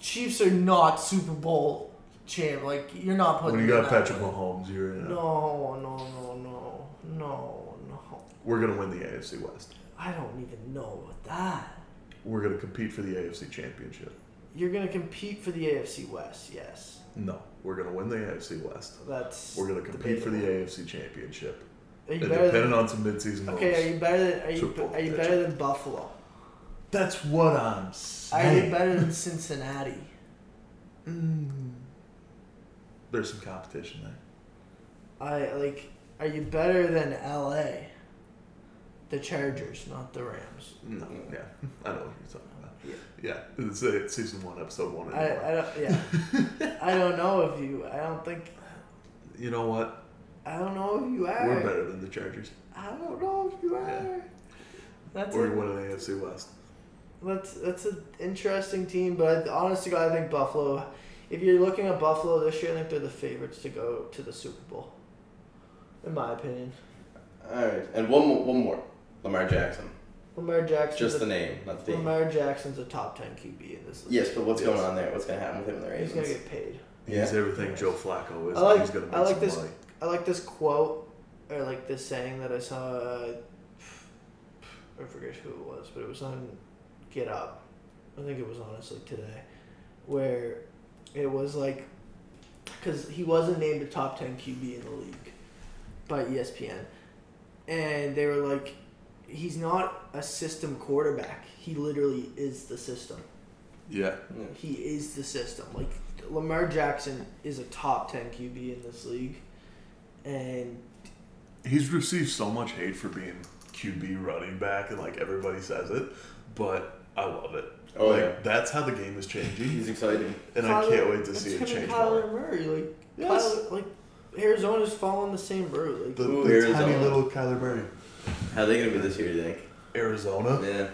Speaker 2: Chiefs are not Super Bowl champ. Like you're not putting.
Speaker 1: When you got
Speaker 2: them in that
Speaker 1: Patrick
Speaker 2: one.
Speaker 1: Mahomes, you're in. A,
Speaker 2: oh, No, no, no, no, no, no.
Speaker 1: we're gonna win the AFC West.
Speaker 2: I don't even know about that.
Speaker 1: We're gonna compete for the AFC Championship.
Speaker 2: You're gonna compete for the AFC West, yes.
Speaker 1: No, we're gonna win the AFC West.
Speaker 2: That's.
Speaker 1: We're gonna compete for the
Speaker 2: debatable.
Speaker 1: AFC Championship.
Speaker 2: Are
Speaker 1: And
Speaker 2: you better than,
Speaker 1: depending on some midseason goals.
Speaker 2: okay, are you better than are
Speaker 1: Super
Speaker 2: you,
Speaker 1: Bowl
Speaker 2: are you
Speaker 1: contention.
Speaker 2: better than Buffalo?
Speaker 1: That's what I'm
Speaker 2: Are
Speaker 1: saying.
Speaker 2: you better than Cincinnati?
Speaker 1: Mm. There's some competition there.
Speaker 2: I like. Are you better than LA? The Chargers, not the Rams.
Speaker 1: No, yeah, <laughs> I know what you're talking about.
Speaker 2: Yeah.
Speaker 1: Yeah, it's, it's season one, episode one.
Speaker 2: I,
Speaker 1: anymore.
Speaker 2: I don't. Yeah.
Speaker 1: <laughs>
Speaker 2: I don't know if you. I don't think.
Speaker 1: you know what?
Speaker 2: I don't know if you are.
Speaker 1: We're better than the Chargers.
Speaker 2: I don't know if you are.
Speaker 1: Yeah.
Speaker 2: That's
Speaker 1: We're
Speaker 2: a,
Speaker 1: winning the AFC West.
Speaker 2: that's that's an interesting team, but I, honest to God, I think Buffalo. If you're looking at Buffalo this year, I think they're the favorites to go to the Super Bowl. In my opinion,
Speaker 3: All right. And one more. One more. Lamar Jackson.
Speaker 2: Lamar Jackson's
Speaker 3: Just the
Speaker 2: a,
Speaker 3: name, not the team.
Speaker 2: Lamar Jackson's a top ten QB in this league.
Speaker 3: Yes, but what's
Speaker 1: Yes.
Speaker 3: going on there? What's going to happen with him and the
Speaker 2: he's gonna
Speaker 3: Ravens?
Speaker 2: get paid.
Speaker 1: He's
Speaker 3: Yeah.
Speaker 1: everything Joe Flacco is.
Speaker 2: I like-
Speaker 1: He's gonna make
Speaker 2: I like
Speaker 1: some
Speaker 2: this-
Speaker 1: money.
Speaker 2: I like this quote or like this saying that I saw. Uh, I forget who it was, but it was on Get Up. I think it was honestly today, where it was like, because he wasn't named a top ten QB in the league by E ESPN, and they were like, he's not a system quarterback. He literally is the system.
Speaker 1: Yeah,
Speaker 2: He is the system. Like Lamar Jackson is a top ten QB in this league, and
Speaker 1: he's received so much hate for being QB running back, and like everybody says it, but I love it.
Speaker 3: Oh,
Speaker 1: like
Speaker 3: yeah.
Speaker 1: that's how the game is
Speaker 3: Yeah.
Speaker 1: changing,
Speaker 2: <laughs>
Speaker 3: He's exciting.
Speaker 1: and I
Speaker 2: Kyler-
Speaker 1: can't wait to
Speaker 2: it's
Speaker 1: see
Speaker 2: him
Speaker 1: it
Speaker 2: and
Speaker 1: change.
Speaker 2: Kyler
Speaker 1: more.
Speaker 2: Murray, like
Speaker 1: Yes.
Speaker 2: Kyler, like Arizona's following the same route. Like
Speaker 1: The,
Speaker 3: Ooh,
Speaker 1: the tiny
Speaker 3: Arizona.
Speaker 1: little Kyler Murray,
Speaker 3: How are they going to be this year? Do you think?
Speaker 1: Arizona
Speaker 3: Yeah.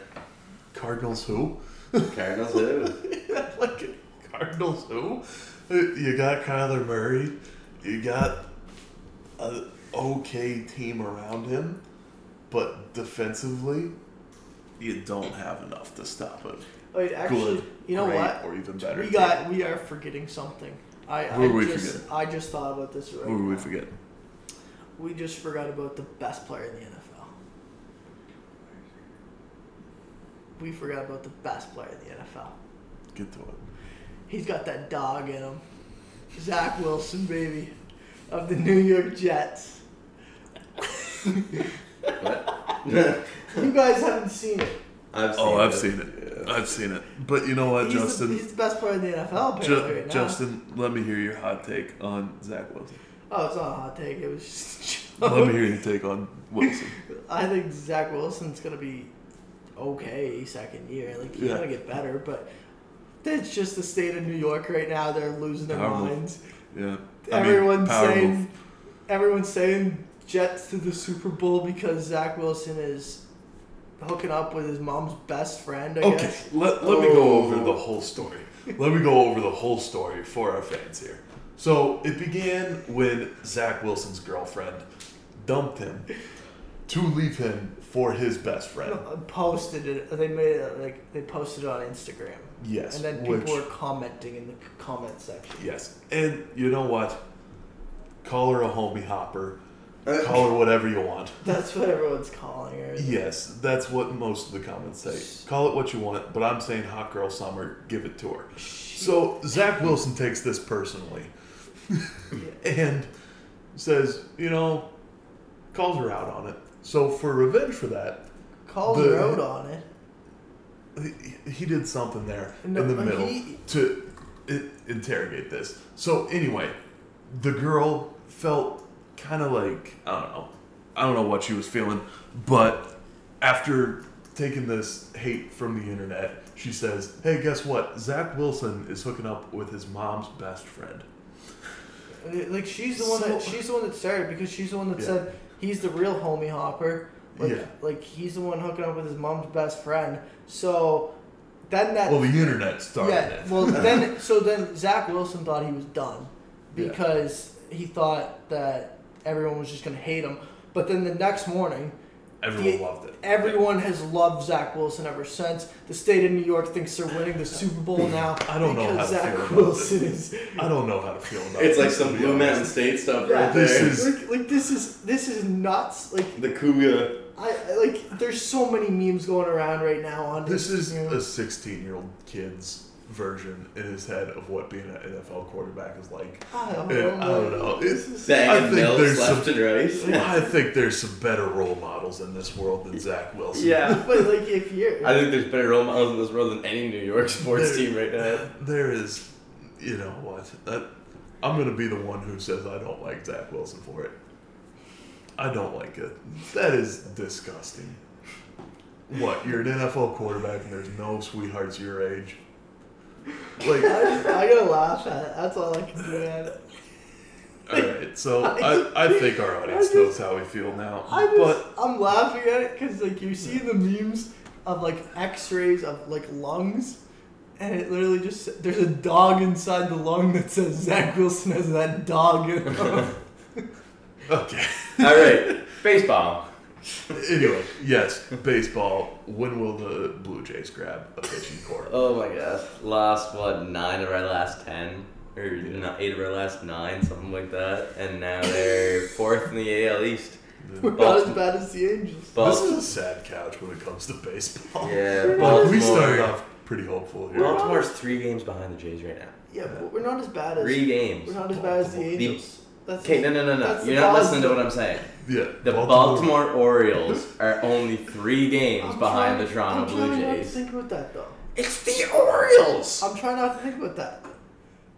Speaker 1: Cardinals. Who? <laughs>
Speaker 3: Cardinals <laughs> do.
Speaker 1: like Cardinals who? You got Kyler Murray. You got a okay team around him, but defensively, you don't have enough to stop it.
Speaker 2: wait, actually,
Speaker 1: Good,
Speaker 2: you know
Speaker 1: great,
Speaker 2: what?
Speaker 1: or even better.
Speaker 2: We got we are forgetting something. I,
Speaker 1: Who are
Speaker 2: I
Speaker 1: we
Speaker 2: just
Speaker 1: forgetting?
Speaker 2: I just thought about this. Right
Speaker 1: Who do we
Speaker 2: now.
Speaker 1: forget?
Speaker 2: We just forgot about the best player in the NFL. We forgot about the best player in the NFL.
Speaker 1: Get to it.
Speaker 2: He's got that dog in him. Zach Wilson, baby, of the New York Jets.
Speaker 3: what?
Speaker 2: You guys haven't seen it.
Speaker 3: I've seen
Speaker 1: Oh, I've
Speaker 3: it.
Speaker 1: seen it. I've seen it. But you know what,
Speaker 2: He's,
Speaker 1: Justin?
Speaker 2: the, he's the best player in the NFL, apparently,
Speaker 1: Ju-
Speaker 2: right now.
Speaker 1: Justin, let me hear your hot take on Zach Wilson.
Speaker 2: Oh, it's not a hot take. It was just. a
Speaker 1: Let me
Speaker 2: joke.
Speaker 1: hear your take on Wilson.
Speaker 2: I think Zach Wilson's gonna be okay second year. Like he's
Speaker 1: Yeah.
Speaker 2: gonna get better, but that's just the state of New York right now. They're losing their
Speaker 1: Terrible.
Speaker 2: minds.
Speaker 1: Yeah. I mean,
Speaker 2: Everyone's
Speaker 1: power
Speaker 2: saying,
Speaker 1: move.
Speaker 2: everyone's saying Jets to the Super Bowl because Zach Wilson is hooking up with his mom's best friend. I
Speaker 1: Okay,
Speaker 2: guess.
Speaker 1: let, let me go over
Speaker 2: Oh.
Speaker 1: the whole story. Let me go over the whole story for our fans here. So it began when Zach Wilson's girlfriend dumped him to leave him for his best friend.
Speaker 2: Posted it. They made it like they posted it on Instagram.
Speaker 1: Yes,
Speaker 2: And then
Speaker 1: which-
Speaker 2: people were commenting in the c- comment section. <laughs>
Speaker 1: Yes, and you know what? Call her a homie hopper.
Speaker 3: Uh,
Speaker 1: Call her whatever you
Speaker 2: <laughs>
Speaker 1: want.
Speaker 2: That's what everyone's calling her.
Speaker 1: Yes, that's what most of the comments say. Call it what you want, but I'm saying hot girl summer, give it to her. So Zach Wilson takes this personally and says, you know, calls her out on it. So for revenge for that,
Speaker 2: Calls
Speaker 1: The-
Speaker 2: her out on it.
Speaker 1: he, he did something there
Speaker 2: No,
Speaker 1: in the
Speaker 2: but
Speaker 1: middle
Speaker 2: he-
Speaker 1: to i interrogate this. So anyway, the girl felt kind of like I don't know, I don't know what she was feeling, but after taking this hate from the internet, she says, "Hey, guess what? Zach Wilson is hooking up with his mom's best friend."
Speaker 2: And it- Uh, Like she's the one that
Speaker 1: So-
Speaker 2: she's the one that started because she's the one that
Speaker 1: Yeah.
Speaker 2: said he's the real homie hopper. Like,
Speaker 1: Yeah.
Speaker 2: like he's the one hooking up with his mom's best friend. So then that
Speaker 1: Well, the internet started
Speaker 2: yeah.
Speaker 1: it. <laughs>
Speaker 2: Well, then so then Zach Wilson thought he was done
Speaker 1: Yeah.
Speaker 2: because he thought that everyone was just gonna hate him. But then the next morning,
Speaker 1: everyone
Speaker 2: the-
Speaker 1: loved it.
Speaker 2: Everyone has loved Zach Wilson ever since. The state of New York thinks they're winning the
Speaker 1: <laughs>
Speaker 2: Super Bowl now
Speaker 1: I don't know
Speaker 2: because
Speaker 1: how to
Speaker 2: Zach
Speaker 1: feel about
Speaker 2: Wilson
Speaker 1: this.
Speaker 2: is.
Speaker 1: <laughs> I don't know how to feel about
Speaker 3: It's like
Speaker 1: this,
Speaker 3: some
Speaker 1: to be
Speaker 3: Blue Mountain
Speaker 1: honest.
Speaker 3: State stuff
Speaker 2: Yeah,
Speaker 3: right there.
Speaker 1: This is-
Speaker 2: like, like this is this is nuts. Like
Speaker 3: the Kuya.
Speaker 2: I I- like there's so many memes going around right now on
Speaker 1: This is
Speaker 2: Instagram.
Speaker 1: a 16 year old kid's version in his head of what being an NFL quarterback is like.
Speaker 2: I don't
Speaker 1: And I don't
Speaker 2: know.
Speaker 1: know. It's, I
Speaker 3: Banging
Speaker 1: think
Speaker 3: mills
Speaker 1: there's
Speaker 3: left
Speaker 1: some-
Speaker 3: and
Speaker 1: <laughs>
Speaker 3: right.
Speaker 1: I think there's some better role models in this world than Zach Wilson.
Speaker 3: Yeah.
Speaker 2: But like if you're
Speaker 3: I think there's better role models in this world than any New York sports
Speaker 1: There-
Speaker 3: team right now.
Speaker 1: There is, you know what? That, I'm going to be the one who says I don't like Zach Wilson for it. I don't like it. That is disgusting. What? You're an NFL quarterback and there's no sweethearts your age? Like,
Speaker 2: <laughs> I, just, I gotta laugh at it. That's all I can do. At it.
Speaker 1: All right, so I, I think our audience
Speaker 2: I just-
Speaker 1: knows how we feel now.
Speaker 2: I just
Speaker 1: but
Speaker 2: I'm laughing at it because like you see the memes of like X-rays of like lungs, and it literally just there's a dog inside the lung that says Zach Wilson has that dog. In
Speaker 3: <laughs>
Speaker 2: him.
Speaker 1: okay. <laughs>
Speaker 3: All right, baseball.
Speaker 1: anyway, yes, baseball. When will the Blue Jays grab a pitching core?
Speaker 3: Oh my gosh. Lost, what, nine of our last ten? Or no- eight of our last nine, something like that. And now they're fourth in the AL East.
Speaker 2: We're not as bad as the Angels.
Speaker 3: Bal-
Speaker 1: this is a sad couch when it comes to baseball.
Speaker 3: yeah,
Speaker 1: Well,
Speaker 3: Baltimore.
Speaker 1: we started off pretty hopeful here.
Speaker 3: Baltimore's three games behind the Jays right now.
Speaker 2: Yeah, but we're not as bad as
Speaker 3: Three games.
Speaker 2: we're not as bad as the
Speaker 3: The-
Speaker 2: Angels. That's
Speaker 3: Okay, no, no, no, no.
Speaker 2: that's
Speaker 3: You're
Speaker 2: the
Speaker 3: not
Speaker 2: positive.
Speaker 3: listening to what I'm saying.
Speaker 1: yeah,
Speaker 3: The Baltimore, Orioles are only three games
Speaker 2: I'm
Speaker 3: behind
Speaker 2: trying-
Speaker 3: the Toronto
Speaker 2: I'm
Speaker 3: Blue
Speaker 2: trying not to
Speaker 3: Jays.
Speaker 2: think about that though.
Speaker 3: It's the Orioles.
Speaker 2: I'm trying not to think about that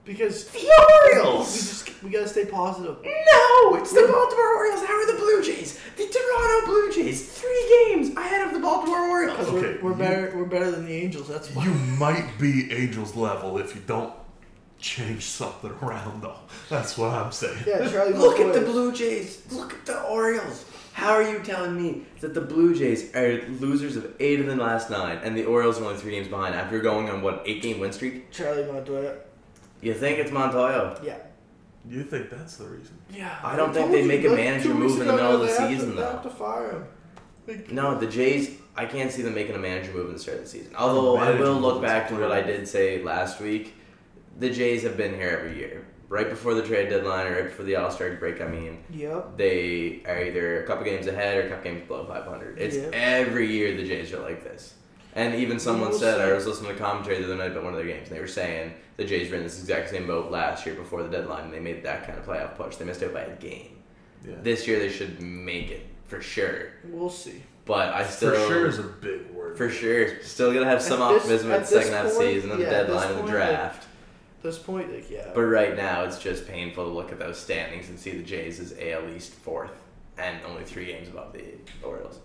Speaker 2: because
Speaker 3: The
Speaker 2: We
Speaker 3: Orioles.
Speaker 2: just we Hmm? gotta stay positive.
Speaker 3: No, it's the Baltimore Orioles. How are the Blue Jays? The Toronto Blue Jays. Three games ahead of the Baltimore
Speaker 2: Because
Speaker 3: Orioles.
Speaker 1: Okay,
Speaker 2: we're, we're
Speaker 1: you-
Speaker 2: better we're better than the Angels. That's why.
Speaker 1: You might be Angels level if you don't change something around, though. That's what I'm saying.
Speaker 2: yeah,
Speaker 3: <laughs>
Speaker 2: Charlie.
Speaker 3: Look at
Speaker 2: McCoy.
Speaker 3: the Blue Jays. Look at the Orioles. How are you telling me that the Blue Jays are losers of eight of the last nine, and the Orioles are only three games behind after going on what eight game win streak?
Speaker 2: Charlie Montoya.
Speaker 3: You think it's Montoya?
Speaker 2: Yeah.
Speaker 1: You think that's the reason?
Speaker 2: Yeah.
Speaker 3: I don't
Speaker 2: I
Speaker 3: think
Speaker 2: told
Speaker 3: they
Speaker 2: you,
Speaker 3: make a
Speaker 2: like,
Speaker 3: manager
Speaker 2: two weeks
Speaker 3: move in the
Speaker 2: ago,
Speaker 3: middle of
Speaker 2: they
Speaker 3: the
Speaker 2: have to-
Speaker 3: season,
Speaker 2: they
Speaker 3: though.
Speaker 2: have to fire him. Like,
Speaker 3: No, the Jays. I can't see them making a manager move in the start of the season. Although I
Speaker 1: Manager
Speaker 3: will
Speaker 1: move
Speaker 3: look
Speaker 1: is
Speaker 3: back to what I
Speaker 1: brutal.
Speaker 3: did say last week. The Jays have been here every year, right before the trade deadline or right before the All Star break. I mean,
Speaker 2: Yep.
Speaker 3: they are either a couple games ahead or a couple games below 500. It's
Speaker 2: Yeah.
Speaker 3: every year the Jays are like this. And even someone
Speaker 2: We'll
Speaker 3: said
Speaker 2: see.
Speaker 3: I was listening to commentary the other night about one of their games. And they were saying the Jays were in this exact same boat last year before the deadline. and They made that kind of playoff push. They missed out by a game.
Speaker 1: Yeah.
Speaker 3: This year they should make it for sure.
Speaker 2: We'll see.
Speaker 3: But I still
Speaker 1: for sure is a big word.
Speaker 3: for sure. Still gonna have some
Speaker 2: At this-
Speaker 3: optimism
Speaker 2: at
Speaker 3: at the
Speaker 2: this
Speaker 3: second half
Speaker 2: point,
Speaker 3: season and
Speaker 2: yeah,
Speaker 3: the
Speaker 2: at this
Speaker 3: deadline and the
Speaker 2: point, like-
Speaker 3: draft.
Speaker 2: At this point, like yeah.
Speaker 3: But right now, it's just painful to look at those standings and see the Jays as AL East fourth and only three games above the Orioles.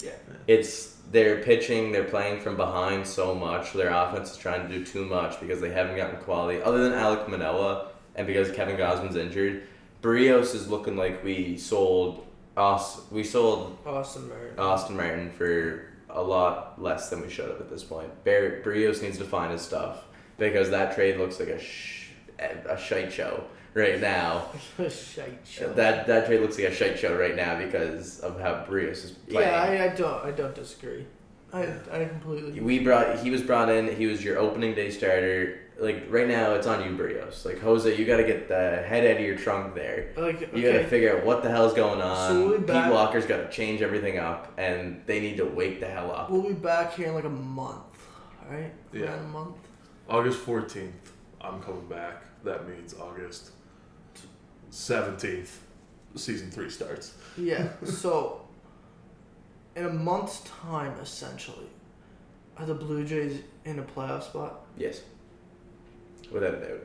Speaker 2: yeah.
Speaker 3: It's they're pitching, they're playing from behind so much. Their offense is trying to do too much because they haven't gotten quality. Other than Alec Manoa, and because Kevin Gosman's injured, Barrios is looking like we sold us. We sold
Speaker 2: Austin Martin.
Speaker 3: Austin Martin for a lot less than we should have at this point. Bar- Barrios needs to find his stuff because that trade looks like a sh- a shite show right now.
Speaker 2: a <laughs> shite show.
Speaker 3: That that trade looks like a shite show right now because of how Barrios is playing.
Speaker 2: yeah, I, I don't I don't disagree. I I completely
Speaker 3: We brought he was brought in. He was your opening day starter. Like right now, it's on you, Barrios. Like Jose, you got to get the head out of your trunk there.
Speaker 2: like
Speaker 3: You got to
Speaker 2: okay.
Speaker 3: figure out what the hell's going
Speaker 2: So
Speaker 3: on.
Speaker 2: we'll be
Speaker 3: Pete
Speaker 2: back-
Speaker 3: Walker's got to change everything up, and they need to wake the hell up.
Speaker 2: We'll be back here in like a month, all right?
Speaker 1: Yeah.
Speaker 2: Around a month.
Speaker 1: August 14th, I'm coming back. That means August 17th, season three starts.
Speaker 3: <laughs>
Speaker 2: Yeah. so in a month's time, essentially, are the Blue Jays in a playoff spot?
Speaker 3: Yes, without a doubt.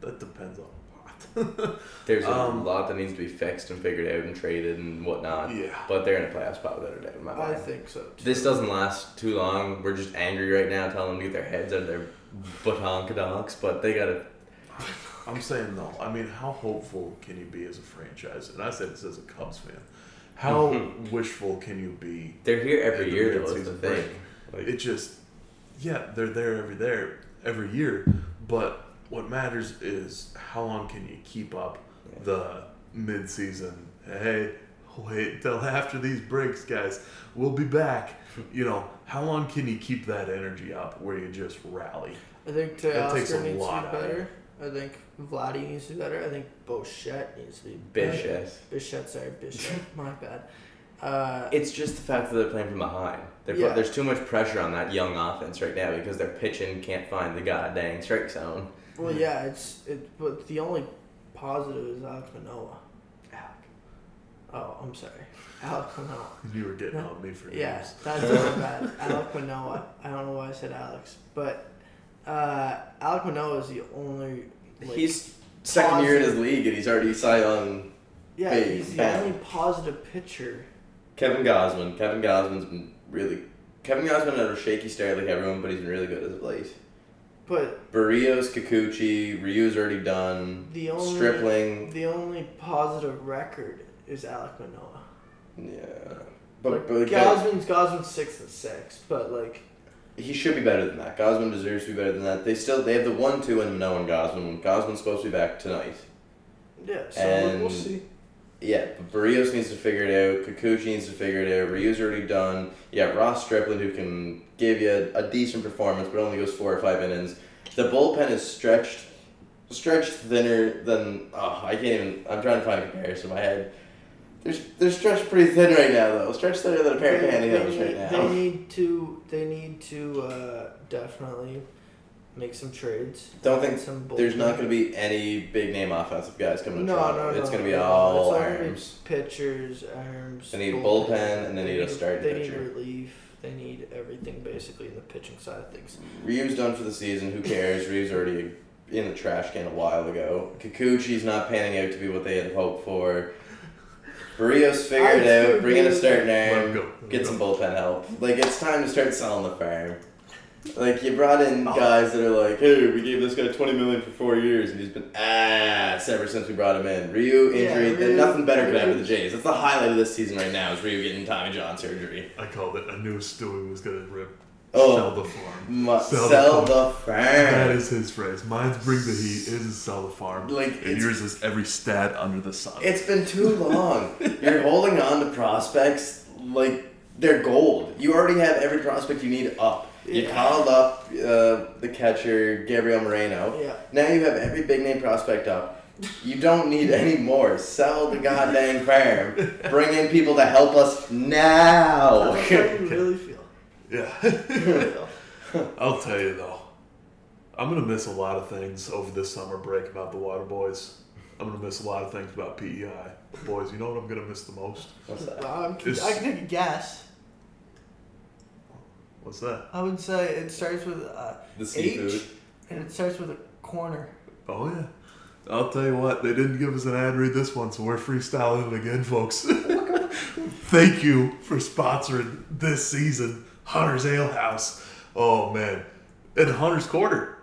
Speaker 1: That depends on a lot.
Speaker 3: There's a
Speaker 1: Um,
Speaker 3: lot that needs to be fixed and figured out and traded and whatnot.
Speaker 1: yeah.
Speaker 3: But they're in a playoff spot without a doubt in my
Speaker 2: I
Speaker 3: mind.
Speaker 2: think so. Too.
Speaker 3: This doesn't last too long. We're just angry right now, telling them to get their heads out of their batonkadoks, but they gotta.
Speaker 1: I'm saying though, I mean, how hopeful can you be as a franchise? And I say this as a Cubs fan. How
Speaker 2: <laughs>
Speaker 1: wishful can you be?
Speaker 3: They're here every
Speaker 1: Yeah,
Speaker 3: year,
Speaker 1: the
Speaker 3: though. Is the
Speaker 1: midseason
Speaker 3: thing. Like,
Speaker 1: It just, yeah, they're there every there every year, but what matters is how long can you keep up
Speaker 3: Yeah.
Speaker 1: the mid-season? Hey, wait till after these breaks, guys. We'll be back. You know, how long can you keep that energy up where you just rally?
Speaker 2: I think
Speaker 1: That takes a
Speaker 2: Teoscar needs
Speaker 1: lot
Speaker 2: to
Speaker 1: out
Speaker 2: be
Speaker 1: of
Speaker 2: better. I think Vladdy needs to be better. I think Bochette needs to be better.
Speaker 3: Bishop.
Speaker 2: Bichette, sorry, Bichette.
Speaker 1: <laughs>
Speaker 2: my bad. Uh,
Speaker 3: It's just the fact that they're playing from behind. They're
Speaker 2: Yeah.
Speaker 3: there's too much pressure on that young offense right now because their pitching can't find the goddamn strike zone.
Speaker 2: well, yeah, it's it. But the only positive is Alex Manoa. Oh, I'm sorry, Alex Manoa.
Speaker 1: You were getting
Speaker 2: No.
Speaker 1: on me for
Speaker 2: Yeah,
Speaker 1: years.
Speaker 2: that's really bad. Alec Manoa. I don't know why I said Alex, but uh, Alec Manoa is the only. Like,
Speaker 3: he's second year in his league and he's already signed on
Speaker 2: yeah,
Speaker 3: big
Speaker 2: he's the
Speaker 3: bad.
Speaker 2: only positive pitcher.
Speaker 3: Kevin Gosman. Kevin Gosman's been really. Kevin Gosman had a shaky start like everyone, but he's been really good as of late.
Speaker 2: But
Speaker 3: Barrios, Kikuchi, Ryu's already done.
Speaker 2: The only-
Speaker 3: Stripling.
Speaker 2: the only positive record is Alec Manoa.
Speaker 3: Yeah.
Speaker 2: Like,
Speaker 3: But, but
Speaker 2: Gosman's Gosman's six and six, but like
Speaker 3: He should be better than that. Gosman deserves to be better than that. They still they have the one two in Manoa and Gosman. Gosman's supposed to be back tonight.
Speaker 2: yeah, so
Speaker 3: And-
Speaker 2: we'll see.
Speaker 3: Yeah, but Barrios needs to figure it out. Kikuchi needs to figure it out. Ryu's already done. Yeah, Ross Stripling who can give you a, decent performance, but only goes four or five innings. The bullpen is stretched, stretched thinner than oh I can't even. I'm trying to find a comparison in my head. They're, they're stretched pretty thin right now though. Stretched thinner than a pair of pantyhose
Speaker 2: need,
Speaker 3: right
Speaker 2: they
Speaker 3: now.
Speaker 2: need to they need to uh, definitely make some trades.
Speaker 3: Don't
Speaker 2: Add
Speaker 3: think
Speaker 2: some
Speaker 3: There's not
Speaker 2: bullpen.
Speaker 3: going to be any big name offensive guys coming to
Speaker 2: No,
Speaker 3: Toronto.
Speaker 2: no, no.
Speaker 3: it's going to be
Speaker 2: no,
Speaker 3: all
Speaker 2: it's gonna be
Speaker 3: arms.
Speaker 2: pitchers, arms.
Speaker 3: They need a bullpen, and they need a starting
Speaker 2: They
Speaker 3: pitcher.
Speaker 2: need relief. They need everything basically in the pitching side of things.
Speaker 3: Ryu's done for the season. Who cares? Ryu's already in the trash can a while ago. Kikuchi's not panning out to be what they had hoped for. Barrios figured
Speaker 2: I
Speaker 3: it out. Bring in a
Speaker 2: agree.
Speaker 3: starting
Speaker 1: Let him
Speaker 3: arm.
Speaker 1: go.
Speaker 3: Get some bullpen help. Like it's time to start selling the farm. Like you brought in
Speaker 1: Oh.
Speaker 3: guys that are like, hey, we gave this guy twenty million for four years, and he's been ass ever since we brought him in. Ryu
Speaker 2: Yeah,
Speaker 3: injury,
Speaker 2: Ryu-
Speaker 3: nothing better could happen to
Speaker 2: Ryu-
Speaker 3: the Jays. That's the highlight of this season right now is Ryu getting Tommy John surgery.
Speaker 1: I called it. I knew Stewie was gonna rip.
Speaker 3: Oh.
Speaker 1: Sell the farm.
Speaker 3: Mu-
Speaker 1: Sell
Speaker 3: sell,
Speaker 1: the
Speaker 3: the farm.
Speaker 1: That is his phrase. Mine's bring the heat. His is sell the farm.
Speaker 3: Like,
Speaker 1: and
Speaker 3: it's-
Speaker 1: yours is every stat under the sun.
Speaker 3: It's been too long. You're holding on to prospects like they're gold. You already have every prospect you need up. You
Speaker 2: Yeah.
Speaker 3: called up uh, the catcher Gabriel Moreno. <laughs>
Speaker 2: Yeah.
Speaker 3: Now you have every big name prospect up. You don't need any more. Sell the goddamn farm. Bring in people to help us
Speaker 2: <laughs>
Speaker 3: now.
Speaker 2: That's how you really feel.
Speaker 1: yeah. <laughs> I'll tell you though, I'm gonna miss a lot of things over this summer break about the Water Boys. I'm gonna miss a lot of things about PEI. But boys, you know what I'm gonna miss the most?
Speaker 3: What's that?
Speaker 2: Well, I'm,
Speaker 1: It's-
Speaker 2: I can take a guess.
Speaker 1: What's that?
Speaker 2: I would say it starts with uh,
Speaker 3: The
Speaker 2: H,
Speaker 3: seafood.
Speaker 2: and it starts with a corner.
Speaker 1: Oh yeah. I'll tell you what, they didn't give us an ad read this one, so we're freestyling it again, folks. <laughs> Thank you for sponsoring this season, Hunter's Ale House. Oh man. And Hunter's Quarter.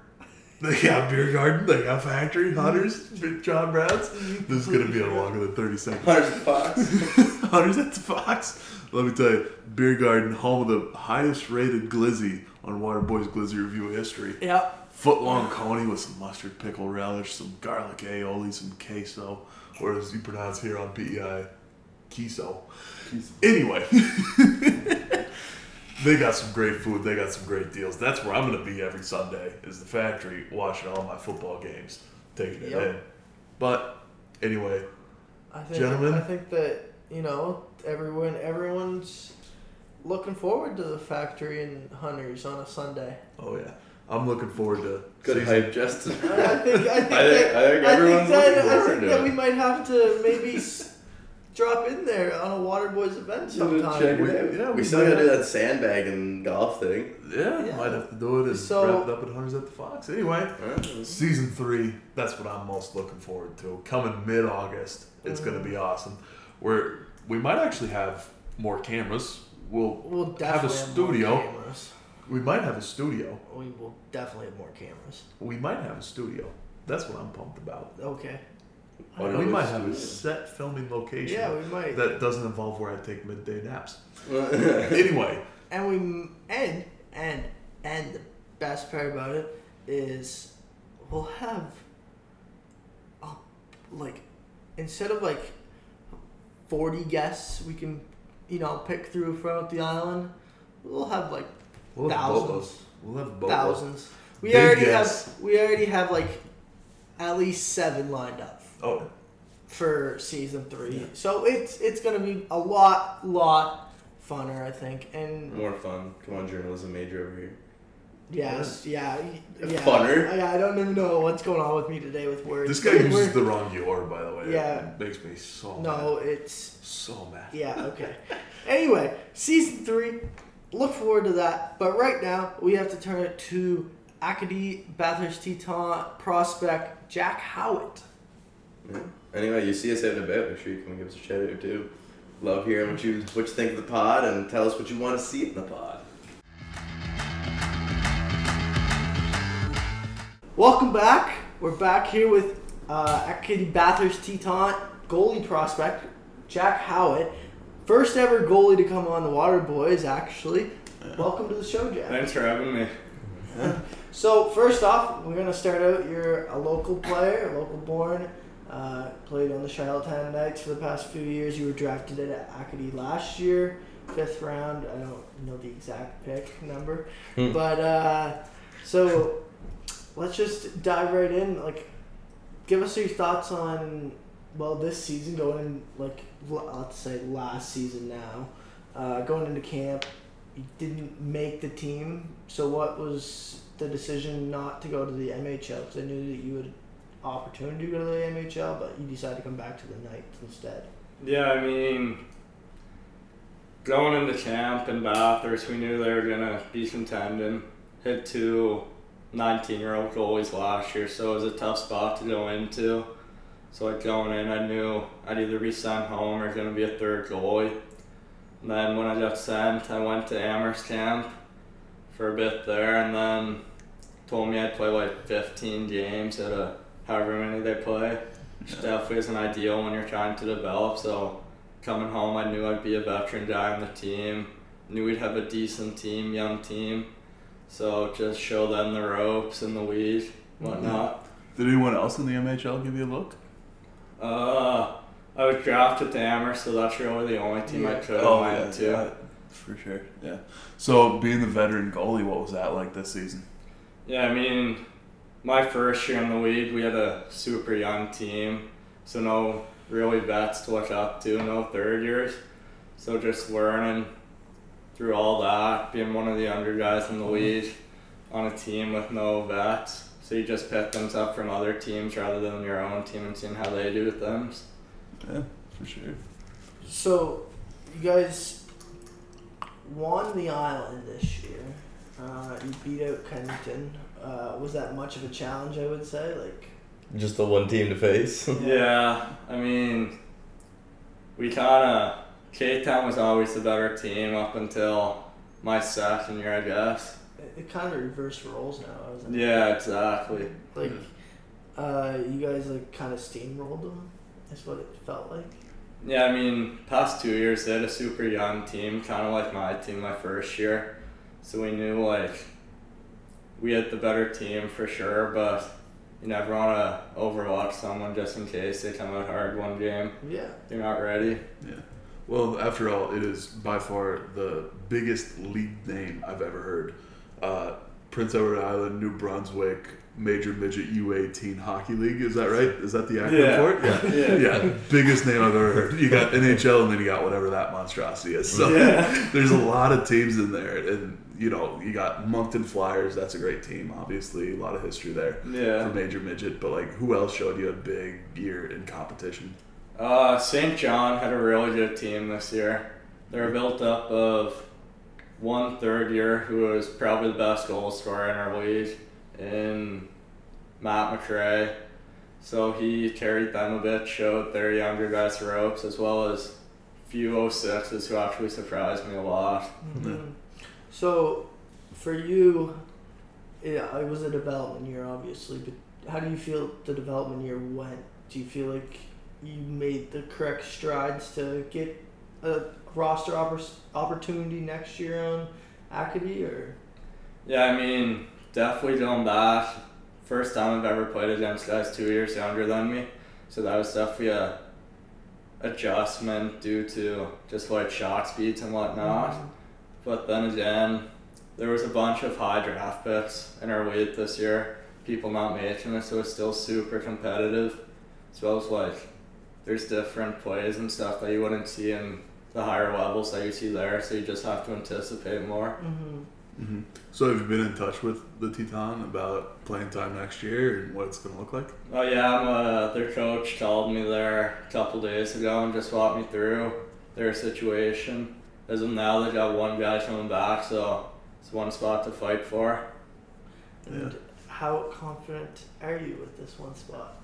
Speaker 1: They got beer garden. They got factory hunters. Big John Browns. This is gonna be a longer than thirty seconds. <laughs>
Speaker 5: Hunter's the Fox.
Speaker 1: hunters at the Fox. Let me tell you, beer garden, home of the highest rated glizzy on Waterboy's Glizzy Review of History.
Speaker 2: Yep.
Speaker 1: Foot long coney with some mustard pickle relish, some garlic aioli, some queso, or as you pronounce here on PEI, queso. Anyway, <laughs> they got some great food. They got some great deals. That's where I'm going to be every Sunday is the factory, watching all my football games, taking it
Speaker 2: Yep.
Speaker 1: in. But anyway,
Speaker 2: I think,
Speaker 1: Gentlemen?
Speaker 2: I think that you know everyone. Everyone's looking forward to the factory and hunters on a Sunday.
Speaker 1: oh yeah, I'm looking forward to
Speaker 5: Good
Speaker 1: season-
Speaker 5: hype, Justin.
Speaker 2: I I think. I
Speaker 5: <laughs>
Speaker 2: think.
Speaker 5: I think-
Speaker 2: that,
Speaker 5: I think everyone's
Speaker 2: I think that,
Speaker 5: looking
Speaker 2: I
Speaker 5: forward
Speaker 2: think
Speaker 5: to
Speaker 2: that
Speaker 5: it.
Speaker 2: we might have to maybe s- drop in there on a Waterboys event
Speaker 5: You wanna
Speaker 2: sometime.
Speaker 5: check
Speaker 1: We-
Speaker 5: it out?
Speaker 1: yeah,
Speaker 5: we,
Speaker 1: we
Speaker 5: still
Speaker 1: might
Speaker 5: gotta do
Speaker 1: have-
Speaker 5: that sandbag and golf thing.
Speaker 1: Yeah,
Speaker 2: Yeah.
Speaker 1: might have to do it and
Speaker 2: So-
Speaker 1: wrap it up at Hunters at the Fox. Anyway,
Speaker 5: Alright.
Speaker 1: season three, that's what I'm most looking forward to. Coming mid August, it's going to
Speaker 2: Mm.
Speaker 1: be awesome. We're, we might actually have more cameras. We'll,
Speaker 2: We'll definitely
Speaker 1: have a studio.
Speaker 2: More cameras.
Speaker 1: we might have a studio.
Speaker 2: We will definitely have more cameras.
Speaker 1: We might have a studio. That's what I'm pumped about.
Speaker 2: Okay.
Speaker 5: Why
Speaker 1: Oh, we
Speaker 5: don't
Speaker 1: might
Speaker 5: just
Speaker 1: have
Speaker 5: do
Speaker 1: a
Speaker 5: it?
Speaker 1: set filming location
Speaker 2: Yeah, we might.
Speaker 1: that doesn't involve where I take midday naps. <laughs> Anyway,
Speaker 2: And we m- and and and the best part about it is we'll have a, like instead of like forty guests we can you know pick through throughout the island, we'll have like
Speaker 1: we'll have
Speaker 2: Thousands.
Speaker 1: boatloads. We'll have boatloads.
Speaker 2: thousands. We
Speaker 1: Big
Speaker 2: already
Speaker 1: guess.
Speaker 2: have we already have like at least seven lined up
Speaker 1: Oh,
Speaker 2: for season three. So it's it's gonna be a lot lot funner I think and
Speaker 5: More fun. Come on, journalism major over here.
Speaker 2: Yes, yeah, y- yeah.
Speaker 5: Funner.
Speaker 2: I, I don't even know what's going on with me today with words.
Speaker 1: this guy
Speaker 2: We're-
Speaker 1: uses
Speaker 2: we're-
Speaker 1: the wrong UR, by the way.
Speaker 2: Yeah.
Speaker 1: It makes me so mad.
Speaker 2: <laughs> No, it's
Speaker 1: So mad.
Speaker 2: yeah, okay. anyway, season three. Look forward to that. But right now, we have to turn it to Acadie Bathurst Teton prospect Jack Howitt.
Speaker 5: Yeah. Anyway, you see us out and about, make sure you come and give us a shout out too. Love hearing what you what you think of the pod and tell us what you want to see in the pod.
Speaker 2: Welcome back. We're back here with uh, Acadie Bathurst Teton goalie prospect Jack Howitt, first ever goalie to come on the Water Boys. Actually, welcome to the show, Jack.
Speaker 5: for having me.
Speaker 2: So first off, we're gonna start out. You're a local player, local born. Uh, played on the Charlottetown Knights for the past few years. You were drafted at Acadie last year, fifth round. I don't know the exact pick number, but uh, so let's just dive right in. Like, give us your thoughts on well this season going like l- let's say last season now, uh, going into camp you didn't make the team. So what was the decision not to go to the MHL? Because I knew that you had opportunity to go to the MHL, but you decided to come back to the Knights instead.
Speaker 3: Yeah, I mean, going into camp in Bathurst, we knew they were going to be contending. Hit two 19 year old goalies last year, so it was a tough spot to go into. So, like, going in, I knew I'd either be sent home or going to be a third goalie. And then when I got sent, I went to Amherst camp for a bit there, and then told me I'd play like 15 games at a however many they play which definitely isn't ideal when you're trying to develop. So coming home, I knew I'd be a veteran guy on the team. Knew we'd have a decent team, young team. So just show them the ropes and the weed, whatnot.
Speaker 1: Did anyone else in the MHL give you a look?
Speaker 3: Uh, I was drafted to Amherst, so that's really the only team I could have
Speaker 1: Oh,
Speaker 3: went
Speaker 1: yeah,
Speaker 3: to.
Speaker 1: yeah, for sure. Yeah. So being the veteran goalie, what was that like this season?
Speaker 3: Yeah, I mean, my first year in the league, we had a super young team, so no really vets to look up to, no third years. So just learning through all that, being one of the younger guys in the league on a team with no vets. So you just pick them up from other teams rather than your own team and seeing how they do with them.
Speaker 1: Yeah, for sure.
Speaker 2: So you guys won the island this year. Uh, you beat out Kennington. Uh, was that much of a challenge? I would say like.
Speaker 5: Just the one team to face. <laughs>
Speaker 3: Yeah, I mean, we kind of K Town was always the better team up until my second year, I guess.
Speaker 2: it kind of reverse roles now. Isn't it?
Speaker 3: Yeah, exactly.
Speaker 2: Like, uh, you guys like kind of steamrolled them. Is what it felt like.
Speaker 3: Yeah, I mean, past two years they had a super young team, kind of like my team my first year, so we knew like we had the better team for sure, but you never want to overwatch someone just in case they come out hard one game.
Speaker 2: Yeah.
Speaker 3: They're not ready.
Speaker 1: Yeah. Well, after all, it is by far the biggest league name I've ever heard. Uh, Prince Edward Island, New Brunswick, Major Midget U18 Hockey League. Is that right? Is that the acronym
Speaker 3: Yeah.
Speaker 1: for it?
Speaker 3: <laughs> Yeah.
Speaker 1: yeah. Biggest name I've ever heard. You got NHL, and then you got whatever that monstrosity is. So
Speaker 3: Yeah.
Speaker 1: there's a lot of teams in there, and you know you got Moncton Flyers. That's a great team, obviously. A lot of history there for
Speaker 3: Yeah.
Speaker 1: Major Midget. But like, who else showed you a big year in competition?
Speaker 3: Uh, St. John had a really good team this year. They were built up of one third year who was probably the best goal scorer in our league, in Matt McRae. So he carried them a bit, showed their younger guys the ropes, as well as few 06s who actually surprised me a lot.
Speaker 2: Mhm. So, for you, yeah, it was a development year, obviously. But how do you feel the development year went? Do you feel like you made the correct strides to get a roster oppor- opportunity next year on Acadie, or
Speaker 3: Yeah, I mean, definitely going back. First time I've ever played against guys two years younger than me, so that was definitely a adjustment due to just like shot speeds and whatnot. But then again, there was a bunch of high draft picks in our league this year. People not making it, so it's still super competitive. As well as like, there's different plays and stuff that you wouldn't see in the higher levels that you see there, so you just have to anticipate more.
Speaker 2: hmm
Speaker 1: hmm So have you been in touch with the Teton about playing time next year and what it's going to look like?
Speaker 3: Oh yeah, I'm, uh, their coach called me there a couple days ago and just walked me through their situation. As of now, they got one guy coming back, so it's one spot to fight for.
Speaker 2: and how confident are you with this one spot?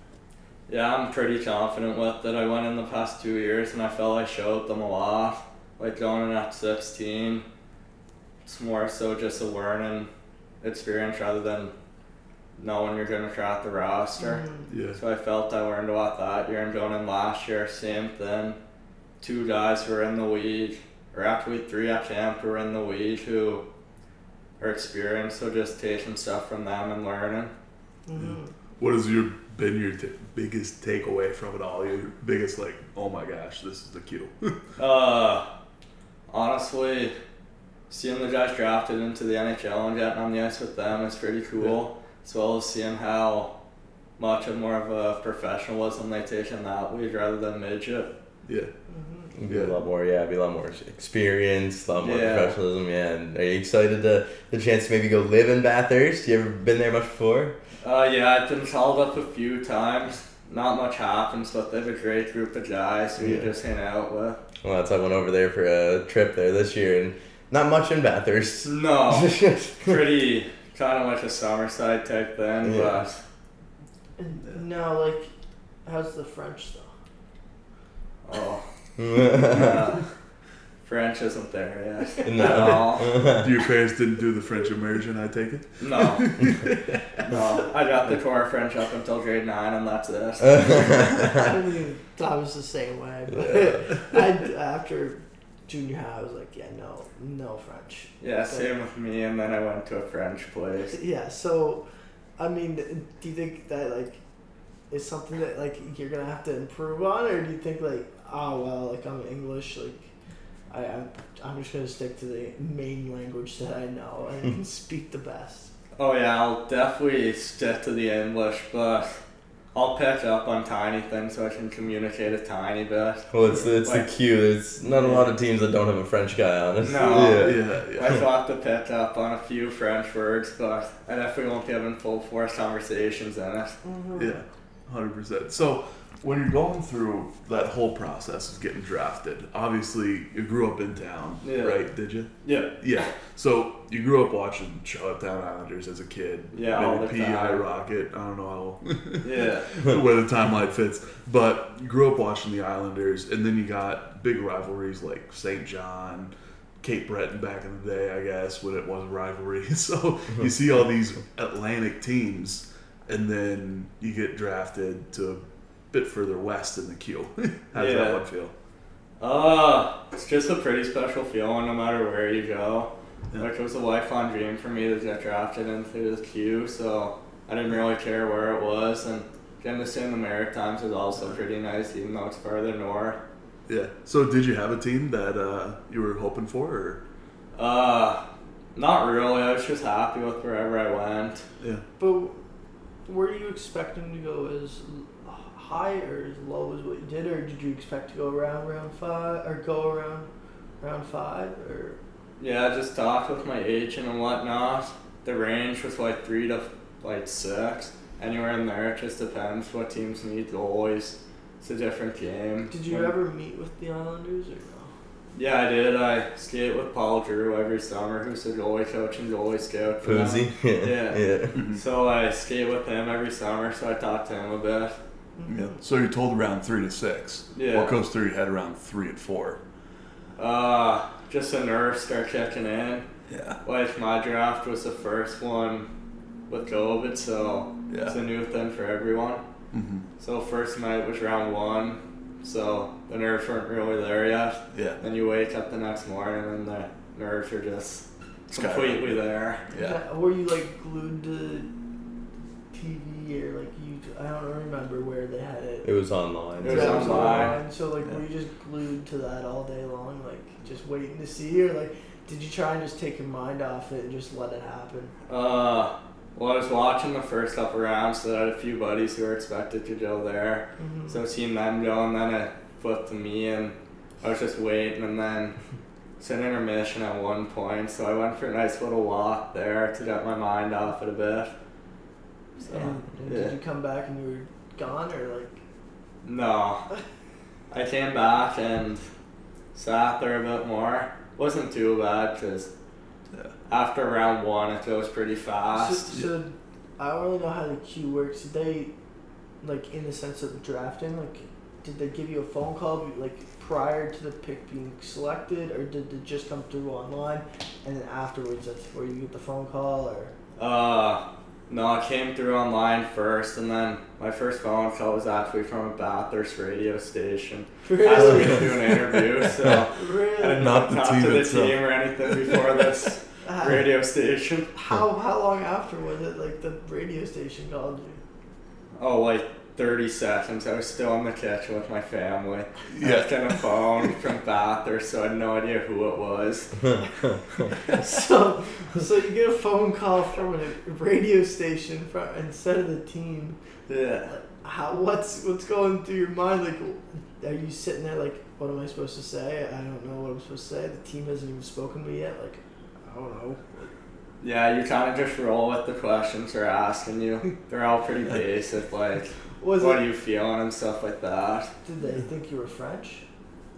Speaker 3: Yeah, I'm pretty confident with it. I went in the past two years and I felt I showed them a lot. Like going in at 16, it's more so just a learning experience rather than knowing you're going to crack the roster.
Speaker 2: Mhm.
Speaker 1: Yeah.
Speaker 3: So I felt I learned a lot that year and going in last year, same thing. Two guys who were in the league, or actually three at camp who were in the league who are experienced, so just taking stuff from them and learning.
Speaker 2: Mhm.
Speaker 1: What has your been your t- biggest takeaway from it all? Your biggest like, oh my gosh, this is the cue. <laughs>
Speaker 3: Uh, honestly, seeing the guys drafted into the NHL and getting on the ice with them is pretty cool. As well as seeing how much of more of a professionalism they take in that league rather than midget.
Speaker 1: yeah.
Speaker 6: It'd be a lot more, yeah, it'd be a lot more experience, a lot more
Speaker 3: Yeah.
Speaker 6: professionalism, yeah. And are you excited to the chance to maybe go live in Bathurst? You ever been there much before?
Speaker 3: Uh, yeah, I've been called up a few times. Not much happens, but they have a great group of guys who you
Speaker 6: Yeah.
Speaker 3: just hang out with.
Speaker 6: Well, that's I went over there for a trip there this year, and not much in
Speaker 3: <laughs>
Speaker 6: Bathurst. <laughs>
Speaker 3: No, pretty kind of like a Summerside type thing,
Speaker 6: Yeah.
Speaker 3: but
Speaker 2: And now, like, how's the French though?
Speaker 3: oh,
Speaker 6: no. <laughs>
Speaker 3: uh, French isn't there yet.
Speaker 1: Your parents didn't do the French immersion, I take it. <laughs>
Speaker 2: <laughs>
Speaker 3: No, no, I got
Speaker 6: <laughs>
Speaker 3: the core French up until grade nine, and that's it.
Speaker 2: I
Speaker 6: yeah.
Speaker 2: mean, I was the same way. But I, after junior high, I was like, yeah, no, no French.
Speaker 3: Yeah, same with me, and then I went to a French place.
Speaker 2: Yeah, so, I mean, do you think that, like, is something that, like, you're going to have to improve on? Or do you think, like, oh, well, like, I'm English, like, I, I'm, I'm just going to stick to the main language that I know and can speak the best?
Speaker 3: Oh yeah, I'll definitely stick to the English, but I'll pick up on tiny things so I can communicate a tiny bit.
Speaker 6: <laughs> Well, it's it's the
Speaker 3: Like-
Speaker 6: cue. There's not a lot of teams that don't have a French guy on it.
Speaker 3: No.
Speaker 6: Yeah.
Speaker 1: Yeah, yeah.
Speaker 3: I thought to pick up on a few French words, but I definitely won't be having full force conversations in it.
Speaker 1: Yeah, hundred percent. So when you're going through that whole process of getting drafted, obviously you grew up in town,
Speaker 3: Yeah.
Speaker 1: right? Did you?
Speaker 3: Yeah.
Speaker 1: Yeah. So you grew up watching Charlottetown Islanders as a kid.
Speaker 3: Yeah, all
Speaker 1: Maybe
Speaker 3: the
Speaker 1: PI
Speaker 3: time.
Speaker 1: Rocket. I don't know
Speaker 3: Yeah.
Speaker 1: how, <laughs> where the timeline fits, but you grew up watching the Islanders, and then you got big rivalries like St. John, Cape Breton back in the day, I guess, when it was rivalry. <laughs> So
Speaker 3: <laughs>
Speaker 1: you see all these Atlantic teams, and then you get drafted to a bit further west in the <laughs> queue. How does
Speaker 3: Yeah.
Speaker 1: that one feel?
Speaker 3: Uh, it's just a pretty special feeling no matter where you go.
Speaker 1: Yeah.
Speaker 3: Which was a lifelong dream for me to get drafted into the queue, so I didn't really care where it was. And getting to see in the Maritimes is also pretty nice, even though it's further north.
Speaker 1: Yeah. So did you have a team that uh, you were hoping for, or
Speaker 3: Uh, not really. I was just happy with wherever I went.
Speaker 1: yeah?
Speaker 2: But where do you expect him to go? As l- high or as low as what you did, or did you expect to go around round five or go around round five or?
Speaker 3: Yeah, I just talked with my agent and whatnot. The range was like three to like six. Anywhere in there, it just depends what teams need goalies. It's a different game.
Speaker 2: Did you
Speaker 3: When-
Speaker 2: ever meet with the Islanders or no?
Speaker 3: Yeah, I did. I skate with Paul Drew every summer, who's the goalie coach and goalie scout for them.
Speaker 6: <laughs> Foozy.
Speaker 3: Yeah.
Speaker 6: yeah.
Speaker 1: Mm-hmm.
Speaker 3: So I skate with him every summer, so I talked to him a bit. Mm-hmm.
Speaker 1: Yeah. So you're told around three to six.
Speaker 3: Yeah.
Speaker 1: What goes through your head around three and four?
Speaker 3: Uh, just the nerves start kicking in.
Speaker 1: Yeah.
Speaker 3: Like my draft was the first one with COVID, so
Speaker 1: Yeah.
Speaker 3: it's a new thing for everyone.
Speaker 1: hmm
Speaker 3: So first night was round one, so the nerves weren't really there yet.
Speaker 1: Yeah.
Speaker 3: Then you wake up the next morning and the nerves are just completely there.
Speaker 1: Yeah.
Speaker 2: That- Were you like glued to TV or like you? I don't remember where they had it.
Speaker 6: It was online.
Speaker 3: It was
Speaker 2: Yeah,
Speaker 3: online.
Speaker 2: So like, were you just glued to that all day long, like just waiting to see, or like, did you try and just take your mind off it and just let it happen?
Speaker 3: Uh, well, I was watching the first couple rounds, so I had a few buddies who were expected to go there. Mm-hmm.
Speaker 2: Mm-hmm.
Speaker 3: So seeing them go, and then it flipped to me, and I was just waiting, and then it's an intermission at one point, so I went for a nice little walk there to get my mind off it a bit. So,
Speaker 2: And, and
Speaker 3: yeah.
Speaker 2: did you come back and you were gone, or like? <laughs>
Speaker 3: No. I came back and sat there a bit more. Wasn't too bad because
Speaker 1: Yeah.
Speaker 3: after round one it goes pretty fast.
Speaker 2: So, so I don't really know how the queue works. Did they, like, in the sense of drafting, like, did they give you a phone call like prior to the pick being selected, or did it just come through online, and then afterwards that's where you get the phone call, or? <laughs>
Speaker 3: Uh, no, it came through online first, and then my first phone call was actually from a Bathurst radio station asking me to do an interview. So I
Speaker 2: Really?
Speaker 3: didn't
Speaker 1: Not the
Speaker 3: talk
Speaker 1: team
Speaker 3: to the
Speaker 1: itself.
Speaker 3: team or anything before this
Speaker 2: <laughs> Ah.
Speaker 3: radio station.
Speaker 2: How how long after was it? Like the radio station called you.
Speaker 3: Oh, like 30 seconds. I was still in the kitchen with my family. I
Speaker 1: Yeah.
Speaker 3: was getting a phone from Bathurst, so I had no idea who it was.
Speaker 2: so so you get a phone call from a radio station from, instead of the team.
Speaker 3: Yeah.
Speaker 2: How what's what's going through your mind? Like, are you sitting there like, what am I supposed to say? I don't know what I'm supposed to say. The team hasn't even spoken to me yet. Like, I don't know.
Speaker 3: Yeah, you kind of just roll with the questions they're asking you. They're all
Speaker 2: <laughs>
Speaker 3: pretty basic, like,
Speaker 2: Was
Speaker 3: what
Speaker 2: it?
Speaker 3: are you feeling and stuff like that.
Speaker 2: Did they think you were French?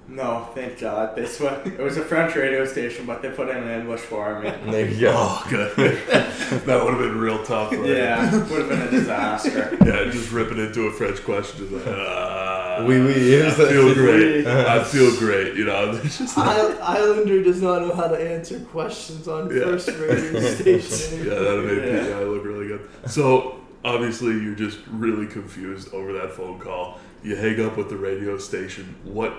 Speaker 3: No, thank God. This one it was a French radio station, but they put in an English for
Speaker 1: <laughs>
Speaker 3: me.
Speaker 6: <laughs> There you go.
Speaker 1: Oh, good. <laughs> that would have been real tough. right?
Speaker 3: Yeah, would have been a disaster.
Speaker 1: Yeah, just ripping into a French question, just like, ah,
Speaker 6: Uh, We we
Speaker 1: I feel great. I feel great. You know, <laughs> there's just yeah,
Speaker 2: I- Islander does not know how to answer questions on
Speaker 1: Yeah.
Speaker 2: first radio station.
Speaker 1: that made
Speaker 3: Yeah.
Speaker 1: PEI look really good. So obviously, you're just really confused over that phone call. You hang up with the radio station. What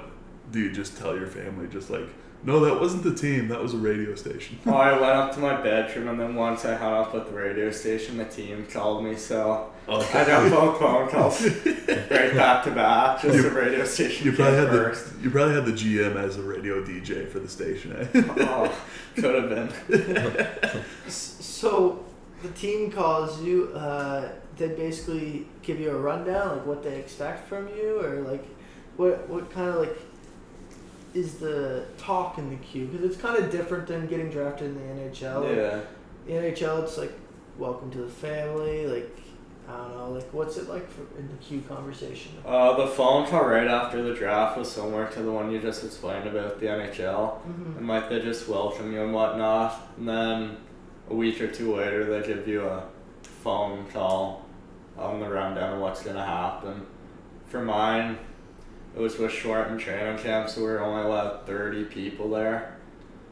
Speaker 1: do you just tell your family? Just like, no, that wasn't the team. That was a radio station. <laughs>
Speaker 3: Well, Oh, I went up to my bedroom, and then once I hung up with the radio station, the team called me. So
Speaker 1: Oh,
Speaker 3: I got both phone
Speaker 1: <laughs>
Speaker 3: calls right back to back. Just the radio station
Speaker 1: You probably
Speaker 3: came
Speaker 1: had
Speaker 3: first.
Speaker 1: the you probably had the GM as a radio DJ for the station. Eh? <laughs>
Speaker 3: Oh, could have been.
Speaker 2: So the team calls you. Uh, they basically give you a rundown, like what they expect from you, or like what what kind of like is the talk in the queue? Because it's kind of different than getting drafted in the NHL. Like,
Speaker 3: Yeah.
Speaker 2: the NHL, it's like welcome to the family. Like I don't know, like what's it like for, in the queue conversation?
Speaker 3: Uh, the phone call right after the draft was similar to the one you just explained about the NHL. And like they just welcome you and whatnot. And then a week or two later, they give you a phone call on the rundown of what's going to happen. For mine, it was with short and training camp, so we were only allowed 30 people there.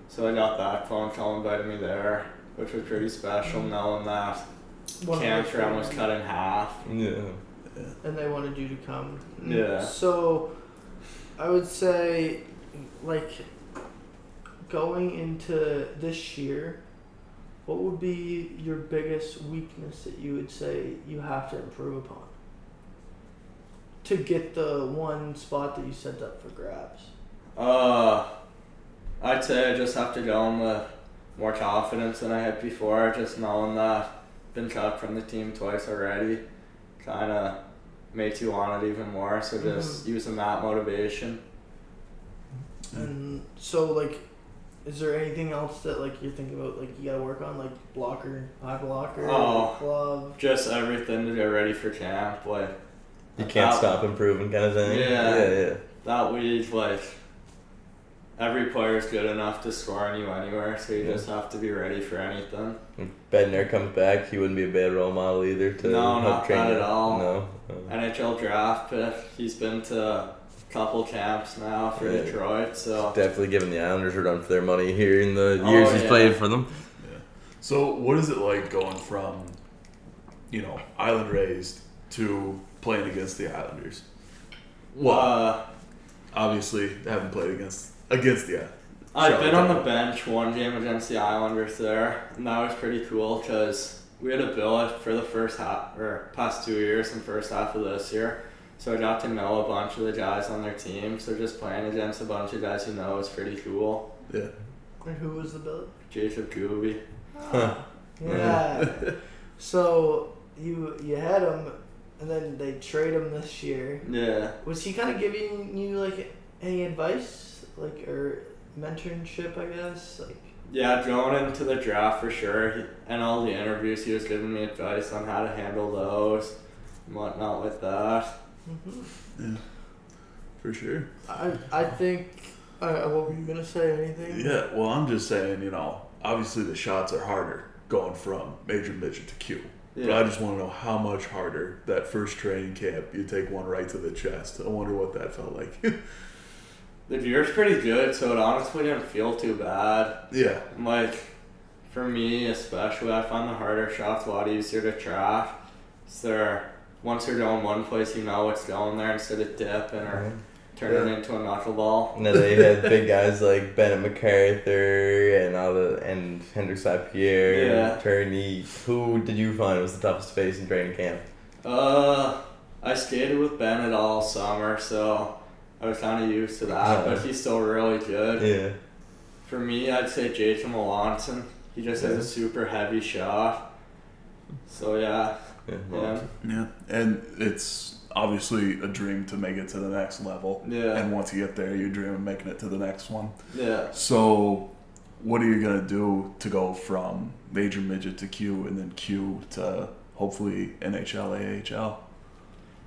Speaker 3: So I got that phone call invited me there, which was pretty special knowing that cancer almost cut in half.
Speaker 6: Yeah.
Speaker 2: and they wanted you to come.
Speaker 3: Yeah.
Speaker 2: So, I would say, like, going into this year, what would be your biggest weakness that you would say you have to improve upon to get the one spot that you sent up for grabs?
Speaker 3: Uh, I'd say I just have to go in with more confidence than I had before, just knowing that been cut from the team twice already, kind of makes you want it even more. So just using that motivation.
Speaker 2: And so, like, is there anything else that like you're thinking about? Like, you gotta work on like blocker, high blocker,
Speaker 3: Oh.
Speaker 2: glove.
Speaker 3: Just everything to get ready for camp. Like,
Speaker 6: You
Speaker 3: That-
Speaker 6: can't stop improving, kind of thing.
Speaker 3: Yeah.
Speaker 6: Yeah, yeah.
Speaker 3: that week, like, every player is good enough to score on you anywhere, so you
Speaker 6: Yeah.
Speaker 3: just have to be ready for anything.
Speaker 6: If Bednar comes back, he wouldn't be a bad role model either to
Speaker 3: No,
Speaker 6: help
Speaker 3: not
Speaker 6: train
Speaker 3: bad at
Speaker 6: him.
Speaker 3: all.
Speaker 6: No. Uh, no.
Speaker 3: NHL draft pick, he's been to a couple camps now for
Speaker 6: Yeah.
Speaker 3: Detroit, so.
Speaker 6: Definitely giving the Islanders a run for their money here in the
Speaker 3: Oh,
Speaker 6: years he's
Speaker 3: yeah.
Speaker 6: played for <laughs> them.
Speaker 1: So, what is it like going from, you know, island raised to playing against the Islanders? Well,
Speaker 3: Uh,
Speaker 1: obviously, haven't played against against the Islanders.
Speaker 3: I've been on the
Speaker 1: Charlotte.
Speaker 3: bench one game against the Islanders there, and that was pretty cool because we had a bill for the first half or past two years and first half of this year. So I got to know a bunch of the guys on their team. So just playing against a bunch of guys you know is pretty cool.
Speaker 1: Yeah.
Speaker 2: And who was the billet?
Speaker 3: Jacob Gooby.
Speaker 6: Huh.
Speaker 2: Yeah. so you you had him, and then they trade him this year.
Speaker 3: Yeah.
Speaker 2: Was he kind of giving you like any advice, like or mentorship? I guess like
Speaker 3: Yeah, going into the draft for sure, he- and all the interviews, he was giving me advice on how to handle those and whatnot with that.
Speaker 1: For sure.
Speaker 2: I I think. Uh, what were you gonna say? Anything?
Speaker 1: Yeah. Well, I'm just saying, you know, obviously the shots are harder going from major midget to Q. But I
Speaker 3: Yeah.
Speaker 1: just want to know how much harder that first training camp. You take one right to the chest. I wonder what that felt like. <laughs>
Speaker 3: The year's pretty good, so it honestly didn't feel too bad.
Speaker 1: yeah.
Speaker 3: Like, for me especially, I find the harder shots a lot easier to track. So they're- once you're going one place, you know what's going there instead of dipping or turning
Speaker 1: Yeah.
Speaker 3: into a knuckleball.
Speaker 6: And then they had big guys like Bennett MacArthur and all the and Hendrix Lapierre
Speaker 3: Yeah.
Speaker 6: and Turney. Who did you find was the toughest face in training camp?
Speaker 3: Uh, I skated with Bennett all summer, so I was kind of used to that, but he's still really good.
Speaker 6: Yeah.
Speaker 3: For me, I'd say Jason Melanson. He just has
Speaker 6: Yeah.
Speaker 3: a super heavy shot. So, yeah.
Speaker 6: Yeah.
Speaker 3: Yeah.
Speaker 1: Yeah. And it's obviously a dream to make it to the next level.
Speaker 3: Yeah.
Speaker 1: And once you get there, you dream of making it to the next one.
Speaker 3: Yeah.
Speaker 1: So, what are you gonna do to go from major midget to Q and then Q to hopefully NHL AHL?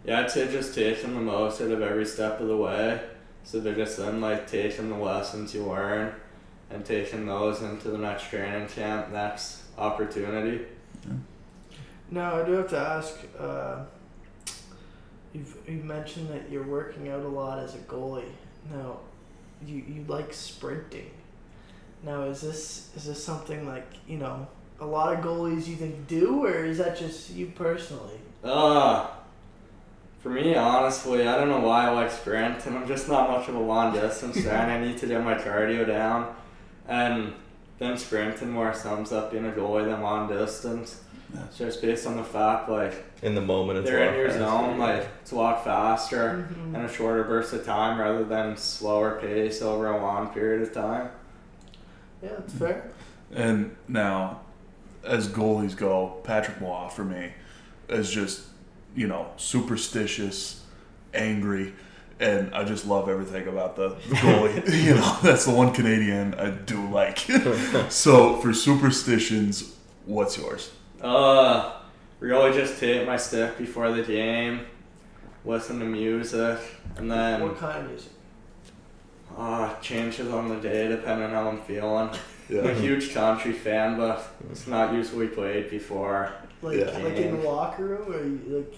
Speaker 3: Yeah, I'd say just take them the most out of every step of the way. So they're just then like taking the lessons you learn and taking those into the next training camp, next opportunity.
Speaker 2: Now I do have to ask. Uh, you've you mentioned that you're working out a lot as a goalie. Now, you you like sprinting. Now is this is this something like you know a lot of goalies you think do, or is that just you personally?
Speaker 3: Uh for me honestly, I don't know why I like sprint and I'm just not much of a long distance and I need to get my cardio down and then sprinting more sums up being a goalie than long distance.
Speaker 1: Yeah.
Speaker 3: Just based on the fact like
Speaker 6: In the moment, it's a
Speaker 3: they're in
Speaker 6: lot
Speaker 3: your
Speaker 6: faster.
Speaker 3: zone, like it's a lot faster
Speaker 2: Mhm.
Speaker 3: and a shorter burst of time rather than slower pace over a long period of time.
Speaker 2: Yeah, that's fair.
Speaker 1: And now, as goalies go, Patrick Moore for me is just, you know, superstitious, angry, and I just love everything about the goalie. you know, that's the one Canadian I do like. so for superstitions, what's yours?
Speaker 3: Uh, really just take my stick before the game, listen to music, and then
Speaker 2: what kind of music?
Speaker 3: uh, changes on the day depending on how I'm feeling. I'm a
Speaker 1: Yeah.
Speaker 3: huge country fan, but it's not usually played before.
Speaker 2: Like
Speaker 1: Yeah.
Speaker 2: like in the locker room, or you, like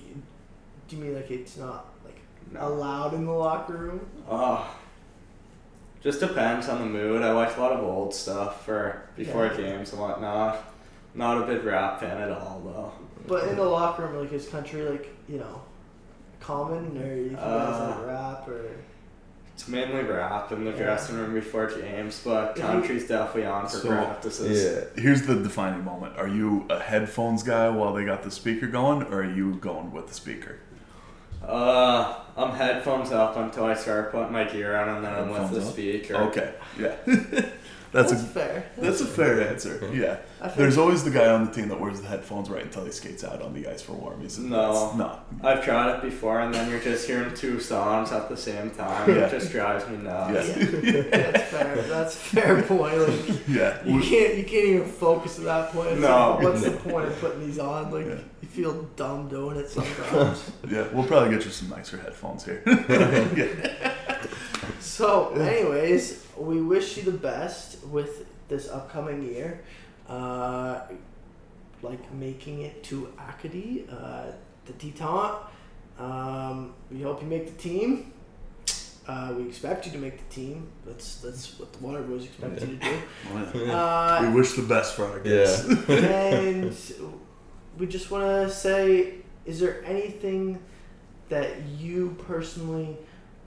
Speaker 2: do you mean like it's not like allowed in the locker room?
Speaker 3: Uh, Ah. Just depends on the mood. I watch a lot of old stuff for before
Speaker 2: Yeah.
Speaker 3: games and whatnot. Not a big rap fan at all though.
Speaker 2: But in the locker room, like his country, like you know, common or you guys
Speaker 1: Uh,
Speaker 2: like rap or
Speaker 3: It's mainly rap in the
Speaker 2: Yeah.
Speaker 3: dressing room before games, but
Speaker 2: If you-
Speaker 3: country's definitely on for
Speaker 1: So,
Speaker 3: practices.
Speaker 6: <laughs> Yeah.
Speaker 1: Here's the defining moment. Are you a headphones guy while they got the speaker going, or are you going with the speaker?
Speaker 3: Uh, I'm headphones up until I start putting my gear on, and then I'm with
Speaker 1: Headphones
Speaker 3: the
Speaker 1: up?
Speaker 3: speaker.
Speaker 1: Okay, yeah. <laughs> that's, a
Speaker 2: fair.
Speaker 1: that's a fair answer. Yeah.
Speaker 2: I feel
Speaker 1: There's always the guy on the team that wears the headphones right until he skates out on the ice for warmies. and
Speaker 3: No.
Speaker 1: that's- No.
Speaker 3: I've tried it before, and then you're just hearing two songs at the same
Speaker 1: <laughs>
Speaker 3: time.
Speaker 1: Yeah.
Speaker 3: It just drives me nuts.
Speaker 1: Yeah.
Speaker 2: Oh, yeah, that's fair. That's a fair point.
Speaker 1: <laughs>
Speaker 2: Like,
Speaker 1: Yeah.
Speaker 2: you can't you can't even focus at that point. It's
Speaker 3: No.
Speaker 1: <laughs>
Speaker 2: like, what's the point of putting these on? Like
Speaker 1: Yeah.
Speaker 2: you feel dumb doing
Speaker 1: <laughs>
Speaker 2: it sometimes.
Speaker 1: Yeah, we'll probably get you some nicer headphones here. yeah.
Speaker 2: So, anyways, we wish you the best with this upcoming year. Uh, like making it to Acadie, uh, the detente. Um, we hope you make the team. Uh, we expect you to make the team. That's that's what the Water Boys expect you to do.
Speaker 1: We
Speaker 2: Uh,
Speaker 1: wish the best for our
Speaker 6: Yeah.
Speaker 1: kids.
Speaker 6: <laughs>
Speaker 2: and we just want to say, is there anything that you personally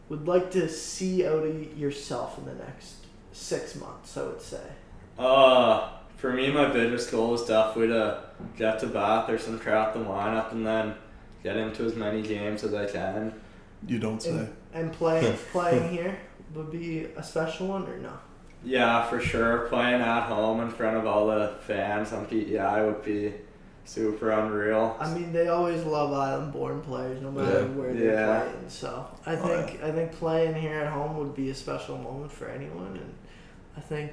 Speaker 2: would like to see out of yourself in the next six months? I would say.
Speaker 3: Uh, for me, my biggest goal is definitely to get to Bathurst and crowd the lineup, and then get into as many games as I can.
Speaker 1: <laughs> You don't say.
Speaker 2: And, and playing playing here would be a special one or no?
Speaker 3: Yeah, for sure. Playing at home in front of all the fans on PEI would be super unreal.
Speaker 2: I mean, they always love island-born players, no matter
Speaker 6: Yeah.
Speaker 2: where they're
Speaker 3: Yeah.
Speaker 2: playing. So I
Speaker 1: Oh, yeah.
Speaker 2: think I think playing here at home would be a special moment for anyone, and I think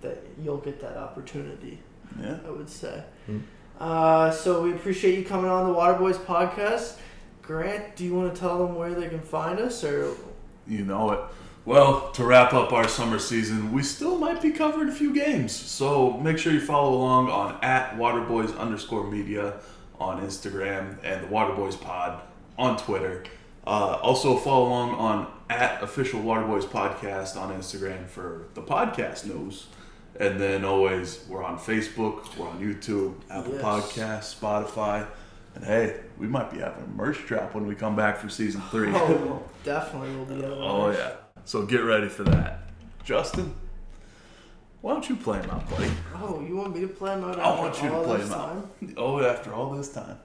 Speaker 2: that you'll get that opportunity.
Speaker 1: Yeah.
Speaker 2: I would say.
Speaker 6: Mm.
Speaker 2: Uh, so we appreciate you coming on the Waterboys podcast. Grant, do you want to tell them where they can find
Speaker 1: <laughs>
Speaker 2: us, or
Speaker 1: You know it. Well, to wrap up our summer season, we still might be covering a few games. So make sure you follow along on at Waterboys underscore media on Instagram and the Waterboys pod on Twitter. Uh, also follow along on at official Waterboys podcast on Instagram for the podcast news. And then always we're on Facebook, we're on YouTube, Apple
Speaker 2: Yes.
Speaker 1: Podcasts, Spotify. And hey, we might be having a merch drop when we come back for season three.
Speaker 2: <laughs> oh, definitely will be. on
Speaker 1: Oh
Speaker 2: there.
Speaker 1: yeah. So get ready for that. Justin, why don't you play him out, buddy?
Speaker 2: Oh, you want me to play him out?
Speaker 1: I want
Speaker 2: after
Speaker 1: you to
Speaker 2: all
Speaker 1: play
Speaker 2: this
Speaker 1: him <laughs>
Speaker 2: time?
Speaker 1: out. Oh, after all this time.